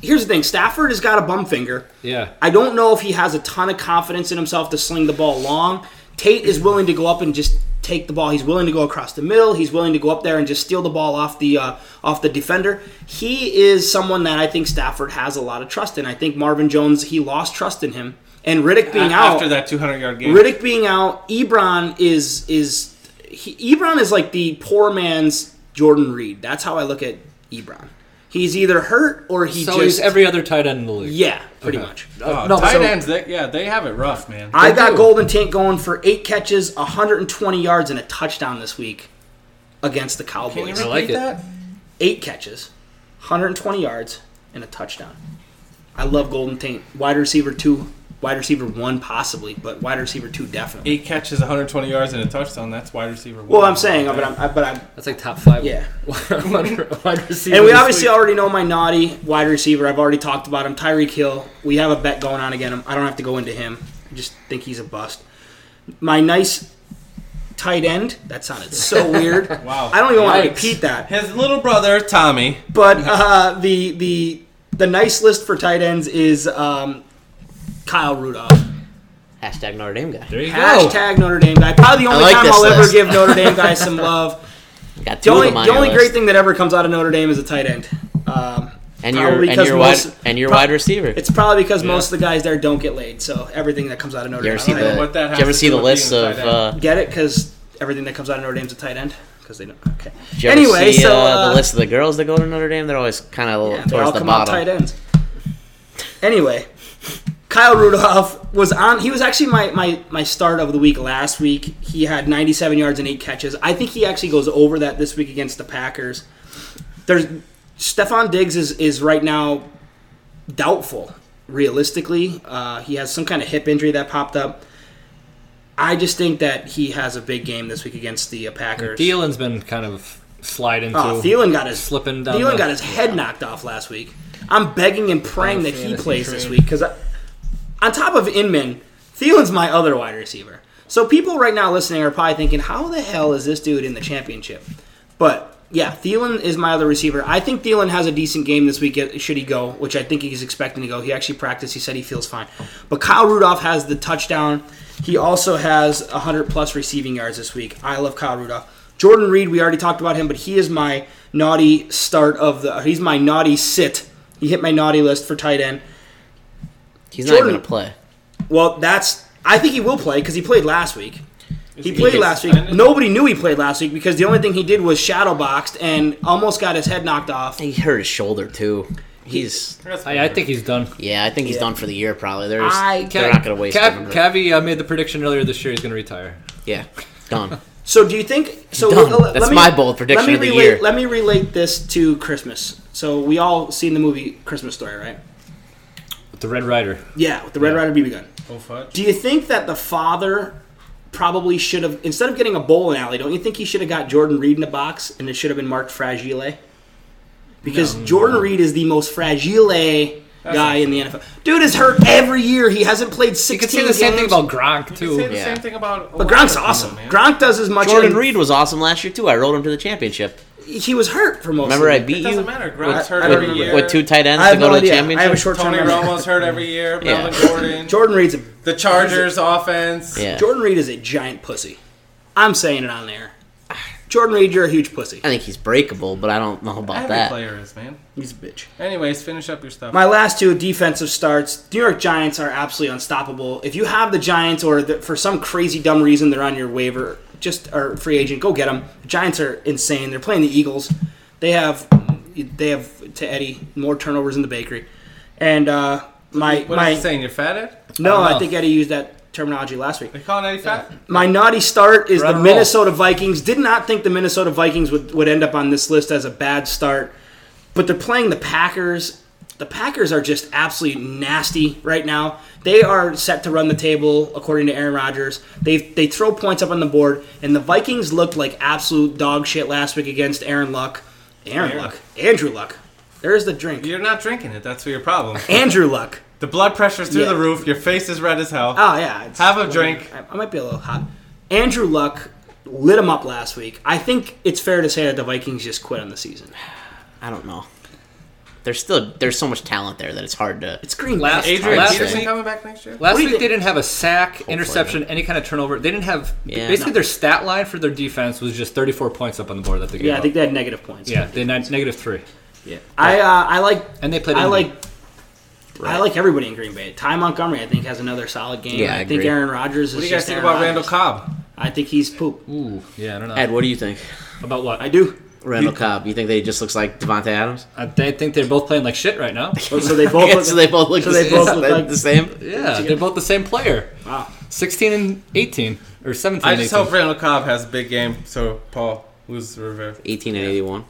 Here's the thing: Stafford has got a bum finger. Yeah. I don't know if he has a ton of confidence in himself to sling the ball long. Tate is willing to go up and just take the ball. He's willing to go across the middle. He's willing to go up there and just steal the ball off the uh, off the defender. He is someone that I think Stafford has a lot of trust in. I think Marvin Jones he lost trust in him, and Riddick being A- out after that 200 yard game. Riddick being out, Ebron is is he, Ebron is like the poor man's Jordan Reed. That's how I look at Ebron. He's either hurt or he so just he's every other tight end in the league. yeah, pretty Okay. much. Oh, tight ends, they, yeah, they have it rough, man. I got Golden Tate going for eight catches, 120 yards, and a touchdown this week against the Cowboys. Can you repeat I like it. that? Eight catches, 120 yards, and a touchdown. I love Golden Tate. Wide receiver two, wide receiver one possibly, but wide receiver two definitely. Eight catches, 120 yards, and a touchdown. That's wide receiver. One. Well, I'm saying, but I'm, I- but I'm. That's like top five. Yeah. wide receiver. And we this obviously week. already know my naughty wide receiver. I've already talked about him, Tyreek Hill. We have a bet going on again. I don't have to go into him. I just think he's a bust. My nice tight end. That sounded so weird. Wow. I don't even want to Yikes. repeat that. His little brother Tommy. But uh, the the the nice list for tight ends is um, Kyle Rudolph. Hashtag Notre Dame guy. There you Hashtag Notre Dame guy. Probably the I only like time this I'll ever list. give Notre Dame guys some love. Got two The only, of them on the your only list. great thing that ever comes out of Notre Dame is a tight end. Um, and probably your and because your wide most- and your pro- wide receiver. It's probably because Yeah. most of the guys there don't get laid, so everything that comes out of Notre you Dame. ever see is tight the end. did you ever see the list of uh, get it because everything that comes out of Notre Dame's a tight end because they don't. Okay. did you ever Anyway, see, so uh, uh, the list of the girls that go to Notre Dame? They're always kind of they towards all the come out bottom. tight ends. Anyway, Kyle Rudolph was on. He was actually my, my my start of the week last week. He had 97 yards and eight catches. I think he actually goes over that this week against the Packers. There's Stefan Diggs is is right now doubtful. Realistically, uh, he has some kind of hip injury that popped up. I just think that he has a big game this week against the uh, Packers. Thielen's been kind of sliding through. Oh, Thielen got his slipping down. Thielen the- got his head knocked off last week. I'm begging and praying that he fantasy plays this trade. week because, on top of Inman, Thielen's my other wide receiver. So people right now listening are probably thinking, "How the hell is this dude in the championship?" But yeah, Thielen is my other receiver. I think Thielen has a decent game this week. Should he go, which I think he's expecting to go. He actually practiced. He said he feels fine. But Kyle Rudolph has the touchdown. He also has 100 plus receiving yards this week. I love Kyle Rudolph. Jordan Reed, we already talked about him, but he is my naughty start of the. He's my naughty sit. He hit my naughty list for tight end. He's not Jordan- even going to play. Well, that's. I think he will play because he played last week. He he played getting last week. Nobody knew he played last week because the only thing he did was shadow boxed and almost got his head knocked off. He hurt his shoulder too. He's. I, I think he's done. Yeah, I think he's done for the year. Probably. They're, just- I- they're not going to waste him. Cav, Cavi uh, made the prediction earlier this year he's going to retire. Yeah, gone. So do you think? So Done. let- let That's me- my bold prediction let me of the relate, year. Let me relate this to Christmas. So we all seen the movie Christmas Story, right? With the Red Rider. Yeah, with the Red Rider BB gun. Oh fudge. Do you think that the father probably should have instead of getting a bowling alley? Don't you think he should have got Jordan Reed in a box and it should have been marked fragile? Because Jordan Reed is the most fragile guy in the NFL. Dude is hurt every year. He hasn't played sixteen. You could say the same thing games. about Gronk too. Say the same thing about. a But lot Gronk's of people, awesome. Oh, man. Gronk does as much. Jordan and Reed was awesome last year too. I rolled him to the championship. He was hurt for most. Remember, of I the- beat It you doesn't matter. Gronk's hurt don't every remember. year. with two tight ends I to have go no to the idea. championship. I have a short term. Tony Romo's hurt every year. Yeah. Melvin Gordon. Jordan Reed's a The Chargers offense. yeah, Jordan Reed is a giant pussy. I'm saying it on there. Jordan Reed, you're a huge pussy. I think he's breakable, but I don't know Every about that. player is man. He's a bitch. Anyways, finish up your stuff. My last two defensive starts. New York Giants are absolutely unstoppable. If you have the Giants, or the, for some crazy dumb reason they're on your waiver, just or free agent, go get them. The Giants are insane. They're playing the Eagles. They have they have to Eddie more turnovers in the bakery, and uh, my what my are you saying? You're fat Ed? no, don't know. I think Eddie used that terminology last week. They calling Eddie fat? My naughty start is We're on the a roll. Minnesota Vikings. Did not think the Minnesota Vikings would, would end up on this list as a bad start, but they're playing the Packers. The Packers are just absolutely nasty right now. They are set to run the table, according to Aaron Rodgers. They they throw points up on the board, and the Vikings looked like absolute dog shit last week against Aaron Luck. Aaron Aaron. Luck. Andrew Luck. There's the drink. You're not drinking it. That's your problem. Andrew Luck. the blood pressure's through Yeah. the roof. Your face is red as hell. Oh yeah, it's- Have a drink. I, I might be a little hot. Andrew Luck lit him up last week. I think it's fair to say that the Vikings just quit on the season. I don't know. There's still there's so much talent there that it's hard to. It's green Last- last. Adrian Last Peterson week- coming back next year. Last do you week think? they didn't have a sack, interception, any kind of turnover. They didn't have Yeah. basically No. their stat line for their defense was just 34 points up on the board that they gave Yeah, I up. think they had negative points. yeah, they had negative three, I uh, I like and they played. I in- like I like everybody in Green Bay. Ty Montgomery, I think, has another solid game. Yeah, I, I think agree. Aaron Rodgers is. What do you guys just think Aaron about Randall Rodgers. Cobb? I think he's poop. Ooh, yeah, I don't know Ed, what do you think? about what. I do. Randall Cobb. You think they just looks like Devonte Adams? I, they think they're both playing like shit right now. So they both. Yeah, so they both look, so the, they both look the- like- the same. yeah, they're both the same player. Wow. 16 and 18 or 17. I and just 18. hope Randall Cobb has a big game. So Paul loses Rivera. 18 and 81.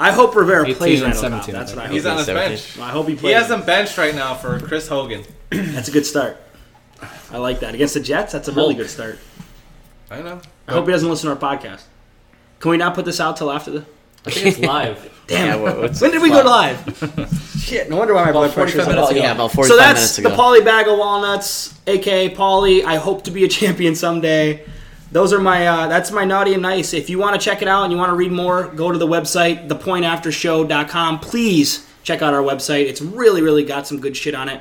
I hope Rivera 18 plays and Randall Cobb. 17, That's what I He's hope. on his 17. bench. I hope he He plays. has him benched right now for Chris Hogan. that's a good start. I like that against the Jets. That's a really good start. I know. I hope he doesn't listen to our podcast. Can we not put this out till after the? I think it's live. Yeah, what- what's- When did we go live? Shit, no wonder why my blood pressure is Oh, up. yeah, about 45 So minutes that's the ago. Polly Bag of Walnuts, aka Polly. I hope to be a champion someday. Those are my uh, that's my naughty and nice. If you want to check it out and you want to read more, go to the website thepointaftershow.com. Please check out our website. It's really really got some good shit on it.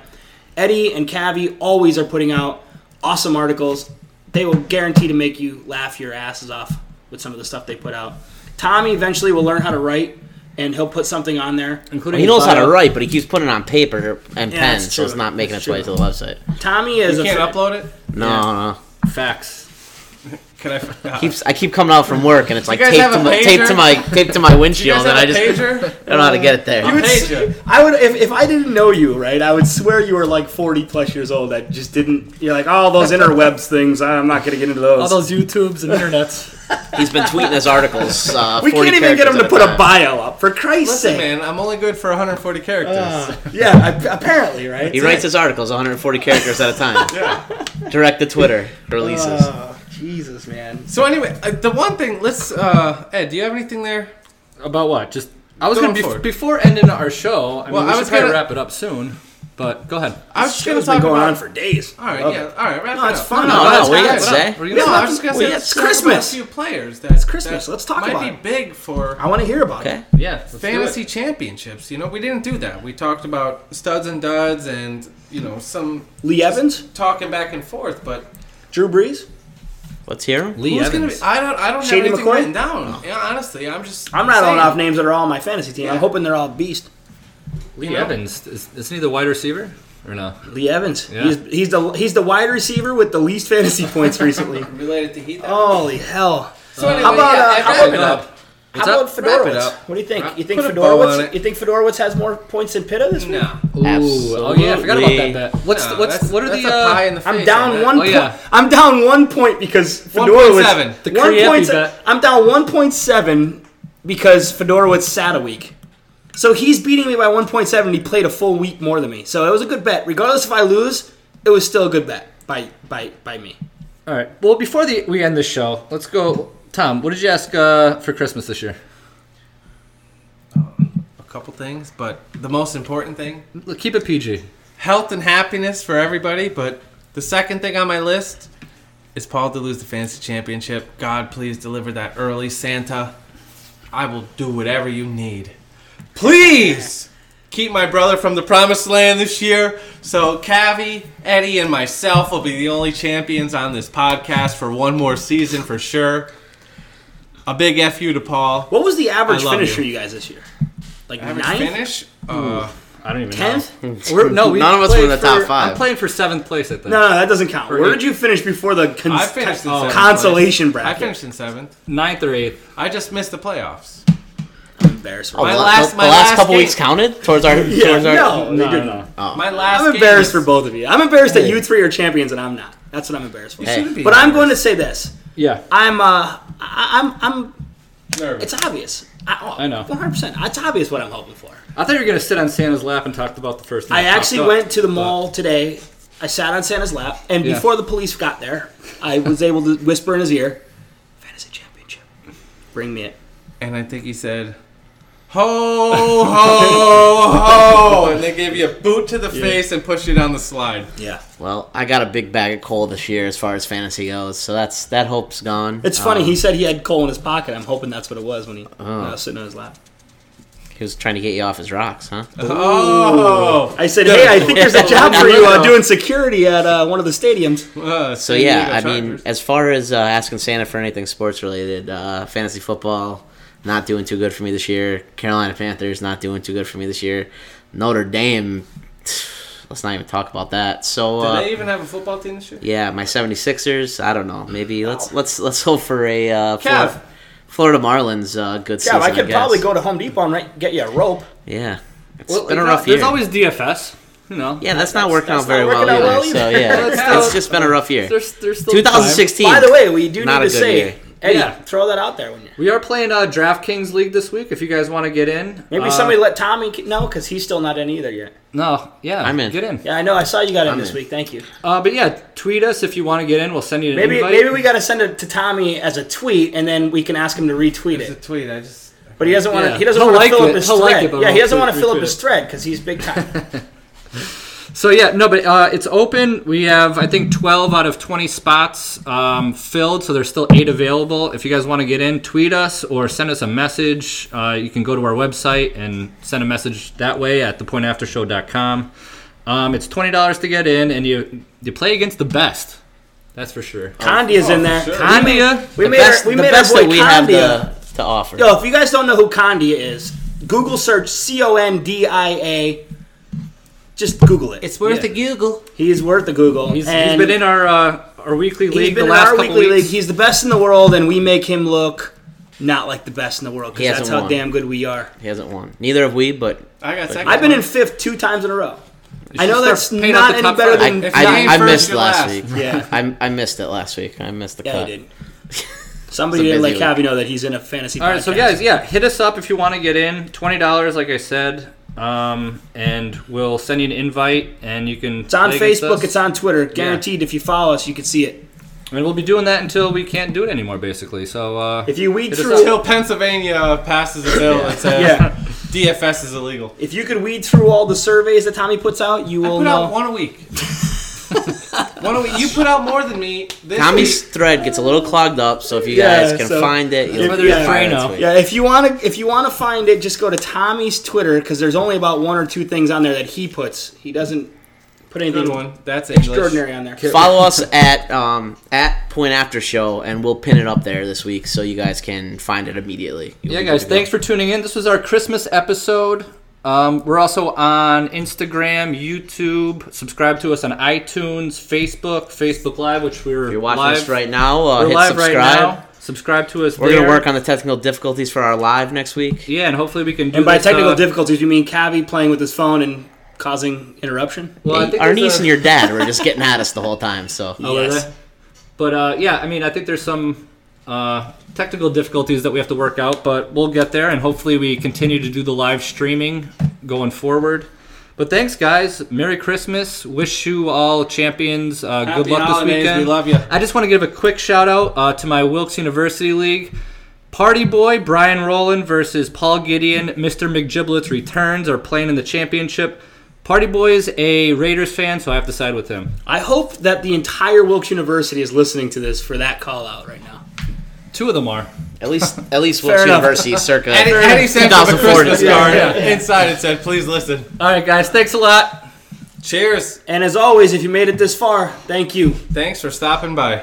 Eddie and Cavi always are putting out awesome articles. They will guarantee to make you laugh your asses off with some of the stuff they put out. Tommy eventually will learn how to write, and he'll put something on there. Including he knows how to bio. write, but he keeps putting it on paper and Yeah, pen, that's so it's true. not making That's its way to true. the website. Tommy is You a can't upload it. No, facts. Can I? forgot. Keeps I keep coming out from work and it's like guys taped have to, a my, taped to pager? my taped to my windshield have and I a just pager? I don't know how to get it there. You would, s- I would if, if I didn't know you, right? I would swear you were like forty plus years old. I just didn't. You're like all those interwebs things. I'm not going to get into those. All those YouTubes and internets. He's been tweeting his articles. Uh, we 40 can't even get characters him to at put time. a bio up for Christ's Listen, sake. man, I'm only good for 140 characters. Yeah, I, apparently, right? He writes his articles 140 characters at a time. Direct to Twitter releases. Oh, Jesus, man. So anyway, uh, the one thing. Let's. Uh, Ed, do you have anything there? About what? Just I was Going gonna be, forward. before ending our show. I mean, Well, we I should was probably gonna- wrap it up soon. But go ahead. I was just gonna It's been talk going about. on for days. all right, Love yeah, it. all right. Wrap No, it it's up. fun. No, no, that's what do you good. got to say? We're No, gonna, I was just gonna say it's let's Christmas. Talk about a few players that it's Christmas. Let's talk might about be it. big for I want to hear about it. Yeah. let's do it. fantasy championships. You know, we didn't do that. We talked about studs and duds, and you know, some Lee Evans, talking back and forth. But Drew Brees. Let's hear him. Lee who's gonna Evans. Oh. be? I don't. I don't Shady have anything McCoy? written down. Yeah, honestly, I'm just. I'm rattling saying. off names that are all on my fantasy team. I'm Yeah. hoping they're all beast. Lee you know. Evans is, isn't he the wide receiver or no? Lee Evans. Yeah. He's, he's the he's the wide receiver with the least fantasy points recently. related to Heat. Holy hell! So anyway, Oh. how about, yeah, uh, Ed, how wrap about- it up. What's How up? about Wrap it Fedorowicz? up. What do you think? You think Put a bow on Fedorowicz? it. You think Fedorowicz has more points than Pitta this week? No. Ooh, oh yeah, I forgot about that bet. What's No, the, what's that's- what are that's the? a pie Uh, in the face I'm down on that. one. Oh, yeah. point. I'm down one point because Fedorowicz. 1.7. The Kriepi point- bet. I'm down one point seven because Fedorowicz sat a week, so he's beating me by one point seven. He played a full week more than me, so it was a good bet. Regardless if I lose, it was still a good bet by by by me. all right. Well, before the we end this show, let's go. Tom, what did you ask uh, for Christmas this year? A couple things, but the most important thing: Look, Keep it PG. health and happiness for everybody. But the second thing on my list is Paul to lose the fantasy championship. God, please deliver that early, Santa. I will do whatever you need. Please keep my brother from the promised land this year. So Cavi, Eddie, and myself will be the only champions on this podcast for one more season for sure. A big F you to Paul. What was the average I love finish you. for you guys this year? Like Average ninth, finish? Uh, I don't even tenth? We're, no, we None of us were in played the top for- I'm five. playing for seventh place, I think. No, no, that doesn't count. Where eight. did you finish before the cons- I finished in oh, seventh consolation place. bracket? I finished in seventh. Ninth or eighth. I just missed the playoffs. Embarrassed. Oh, My the, la- last- the- my the last last couple game- weeks counted towards our yeah, towards our. Oh, no, you didn't. My last. I'm game embarrassed for was- both of you. I'm embarrassed that you three are champions and I'm not. That's what I'm embarrassed for. Hey. shouldn't be But I'm going to say this. Yeah. I'm uh, I, I'm I'm. Nervous. It's obvious. I, oh, I know. 100. percent It's obvious what I'm hoping for. I thought you were gonna sit on Santa's lap and talk about the first. thing I that actually popped up. went to the mall today. I sat on Santa's lap, and Yeah. before the police got there, I was able to whisper in his ear, "Fantasy championship, bring me it." And I think he said, "Ho ho ho!" and they gave you a boot to the face and pushed you down the slide. Yeah. Well, I got a big bag of coal this year as far as fantasy goes, so that's that hope's gone. It's funny. Um, uh-huh. he said he had coal in his pocket. I'm hoping that's what it was when he when I was sitting on his lap. he was Um, trying to get you off his rocks, huh? Oh, I said, "Hey, I think there's a job for you uh, doing security at uh, one of the stadiums." Uh, So San yeah, Diego I mean, Chargers. as far as uh, asking Santa for anything sports related, uh, fantasy football not doing too good for me this year. Carolina Panthers not doing too good for me this year. Notre Dame, let's not even talk about that. So do uh, they even have a football team this year? yeah, my 76ers, I don't know. Maybe let's let's let's hope for a uh, Cav. Florida, Florida Marlins uh, good Yeah, season. I could guess. probably go to Home Depot and right, get you a rope. Yeah, it's Well, been a there's rough al- year. There's always DFS. You know. yeah, that's, not working that's out not very working well, out either, well So either. yeah, That's it's, not- it's just been a rough year. There's, there's still time. 2016. By the way, we do Not need a to good say, year. Eddie, Yeah. throw that out there when you. We are playing uh, DraftKings League this week. If you guys want to get in, Maybe Uh, somebody let Tommy k- know because he's still not in either yet. No, yeah, I'm in. Get in. Yeah, I know. I saw you got in I'm this in. week. Thank you. Uh, but yeah, tweet us if you want to get in. We'll send you an Maybe invite. maybe we got to send it to Tommy as a tweet, and then we can ask him to retweet It's a it. tweet. I just But he doesn't want to. Yeah. He doesn't He'll want to like fill up it. his He'll like thread. it, but yeah, he won't doesn't want to tweet- fill up retweet his it. thread because he's big time. So yeah, no, but uh, it's open. We have I think 12 out of 20 spots um, filled, so there's still eight available. If you guys want to get in, tweet us or send us a message. Uh, you can go to our website and send a message that way at thepointaftershow.com. Um, it's twenty dollars to get in, and you you play against the best. That's for sure. Condi is in there. sure. Condia. We the made best, our, we the made best our boy that we have Condi. to, to offer. Yo, if you guys don't know who Condi is, Google search C O N D I A. Just Google it. worth a Google. He's worth the Google. He's, he's And been in our uh, our weekly He's league, been the in last our couple weekly weeks. league. He's the best in the world, and we make him look not like the best in the world He because hasn't that's how won. damn good we are. He hasn't won. Neither have we, but I got but- second. I've been in fifth two times in a row. I know should that's start paying up not the any top better five. than If I, you I, ain't first, missed you're last last. week. Yeah. I, I missed it last week. I missed the Yeah, cut. you did. Somebody It's a didn't let busy week. Cavi know that he's in a fantasy. All right, so podcast. guys, yeah, hit us up if you want to get in. Twenty dollars, like I said, um, and we'll send you an invite, and you can. It's on Facebook. It's on Twitter. Guaranteed. If you follow us, you can see it. And we'll be doing that until we can't do it anymore, basically. So uh, If you weed hit us through- up. Until Pennsylvania passes a bill that says Yeah. DFS is illegal. If you could weed through all the surveys that Tommy puts out, you will Put know. out one a week. one a week. You put out more than me. This Tommy's week. thread gets a little clogged up, so if you Yeah, guys can so- find it, you'll Whether be it's fine Drano. this week. Yeah, if you want to, if you want to find it, just go to Tommy's Twitter because there's only about one or two things on there that he puts. He doesn't put anything Good one. That's English. extraordinary on there. Follow us at um, at Point After Show, and we'll pin it up there this week, so you guys can find it immediately. You'll Yeah, be guys, good to go. thanks for tuning in. This was our Christmas episode. Um, we're also on Instagram, YouTube. Subscribe to us on iTunes, Facebook, Facebook Live, which we're If you're watching live us right now, uh, We're hit live subscribe. right now. Subscribe to us. We're there. gonna work on the technical difficulties for our live next week. Yeah, and hopefully we can. do And by this, technical uh, difficulties, you mean Cavi playing with his phone and causing interruption? well, I Hey, think our there's niece a- and your dad were just getting at us the whole time, so Oh, were Yes. they? But uh, yeah, I mean, I think there's some uh, technical difficulties that we have to work out, but we'll get there, and hopefully we continue to do the live streaming going forward. But thanks, guys. Merry Christmas. Wish you all champions. Uh, good Happy luck holidays. this weekend. We love you. I just want to give a quick shout out uh, to my Wilkes University League. Party Boy Brian Rowland versus Paul Gideon. Mr. McGiblets returns are playing in the championship. Party Boy is a Raiders fan, so I have to side with him. I hope that the entire Wilkes University is listening to this for that call out right now. Two of them are. at least at least Wilkes enough. University circa Eddie, Eddie sent him a 2004. Christmas card. Inside it said, "Please listen." All right, guys. Thanks a lot. Cheers. And as always, if you made it this far, thank you. Thanks for stopping by.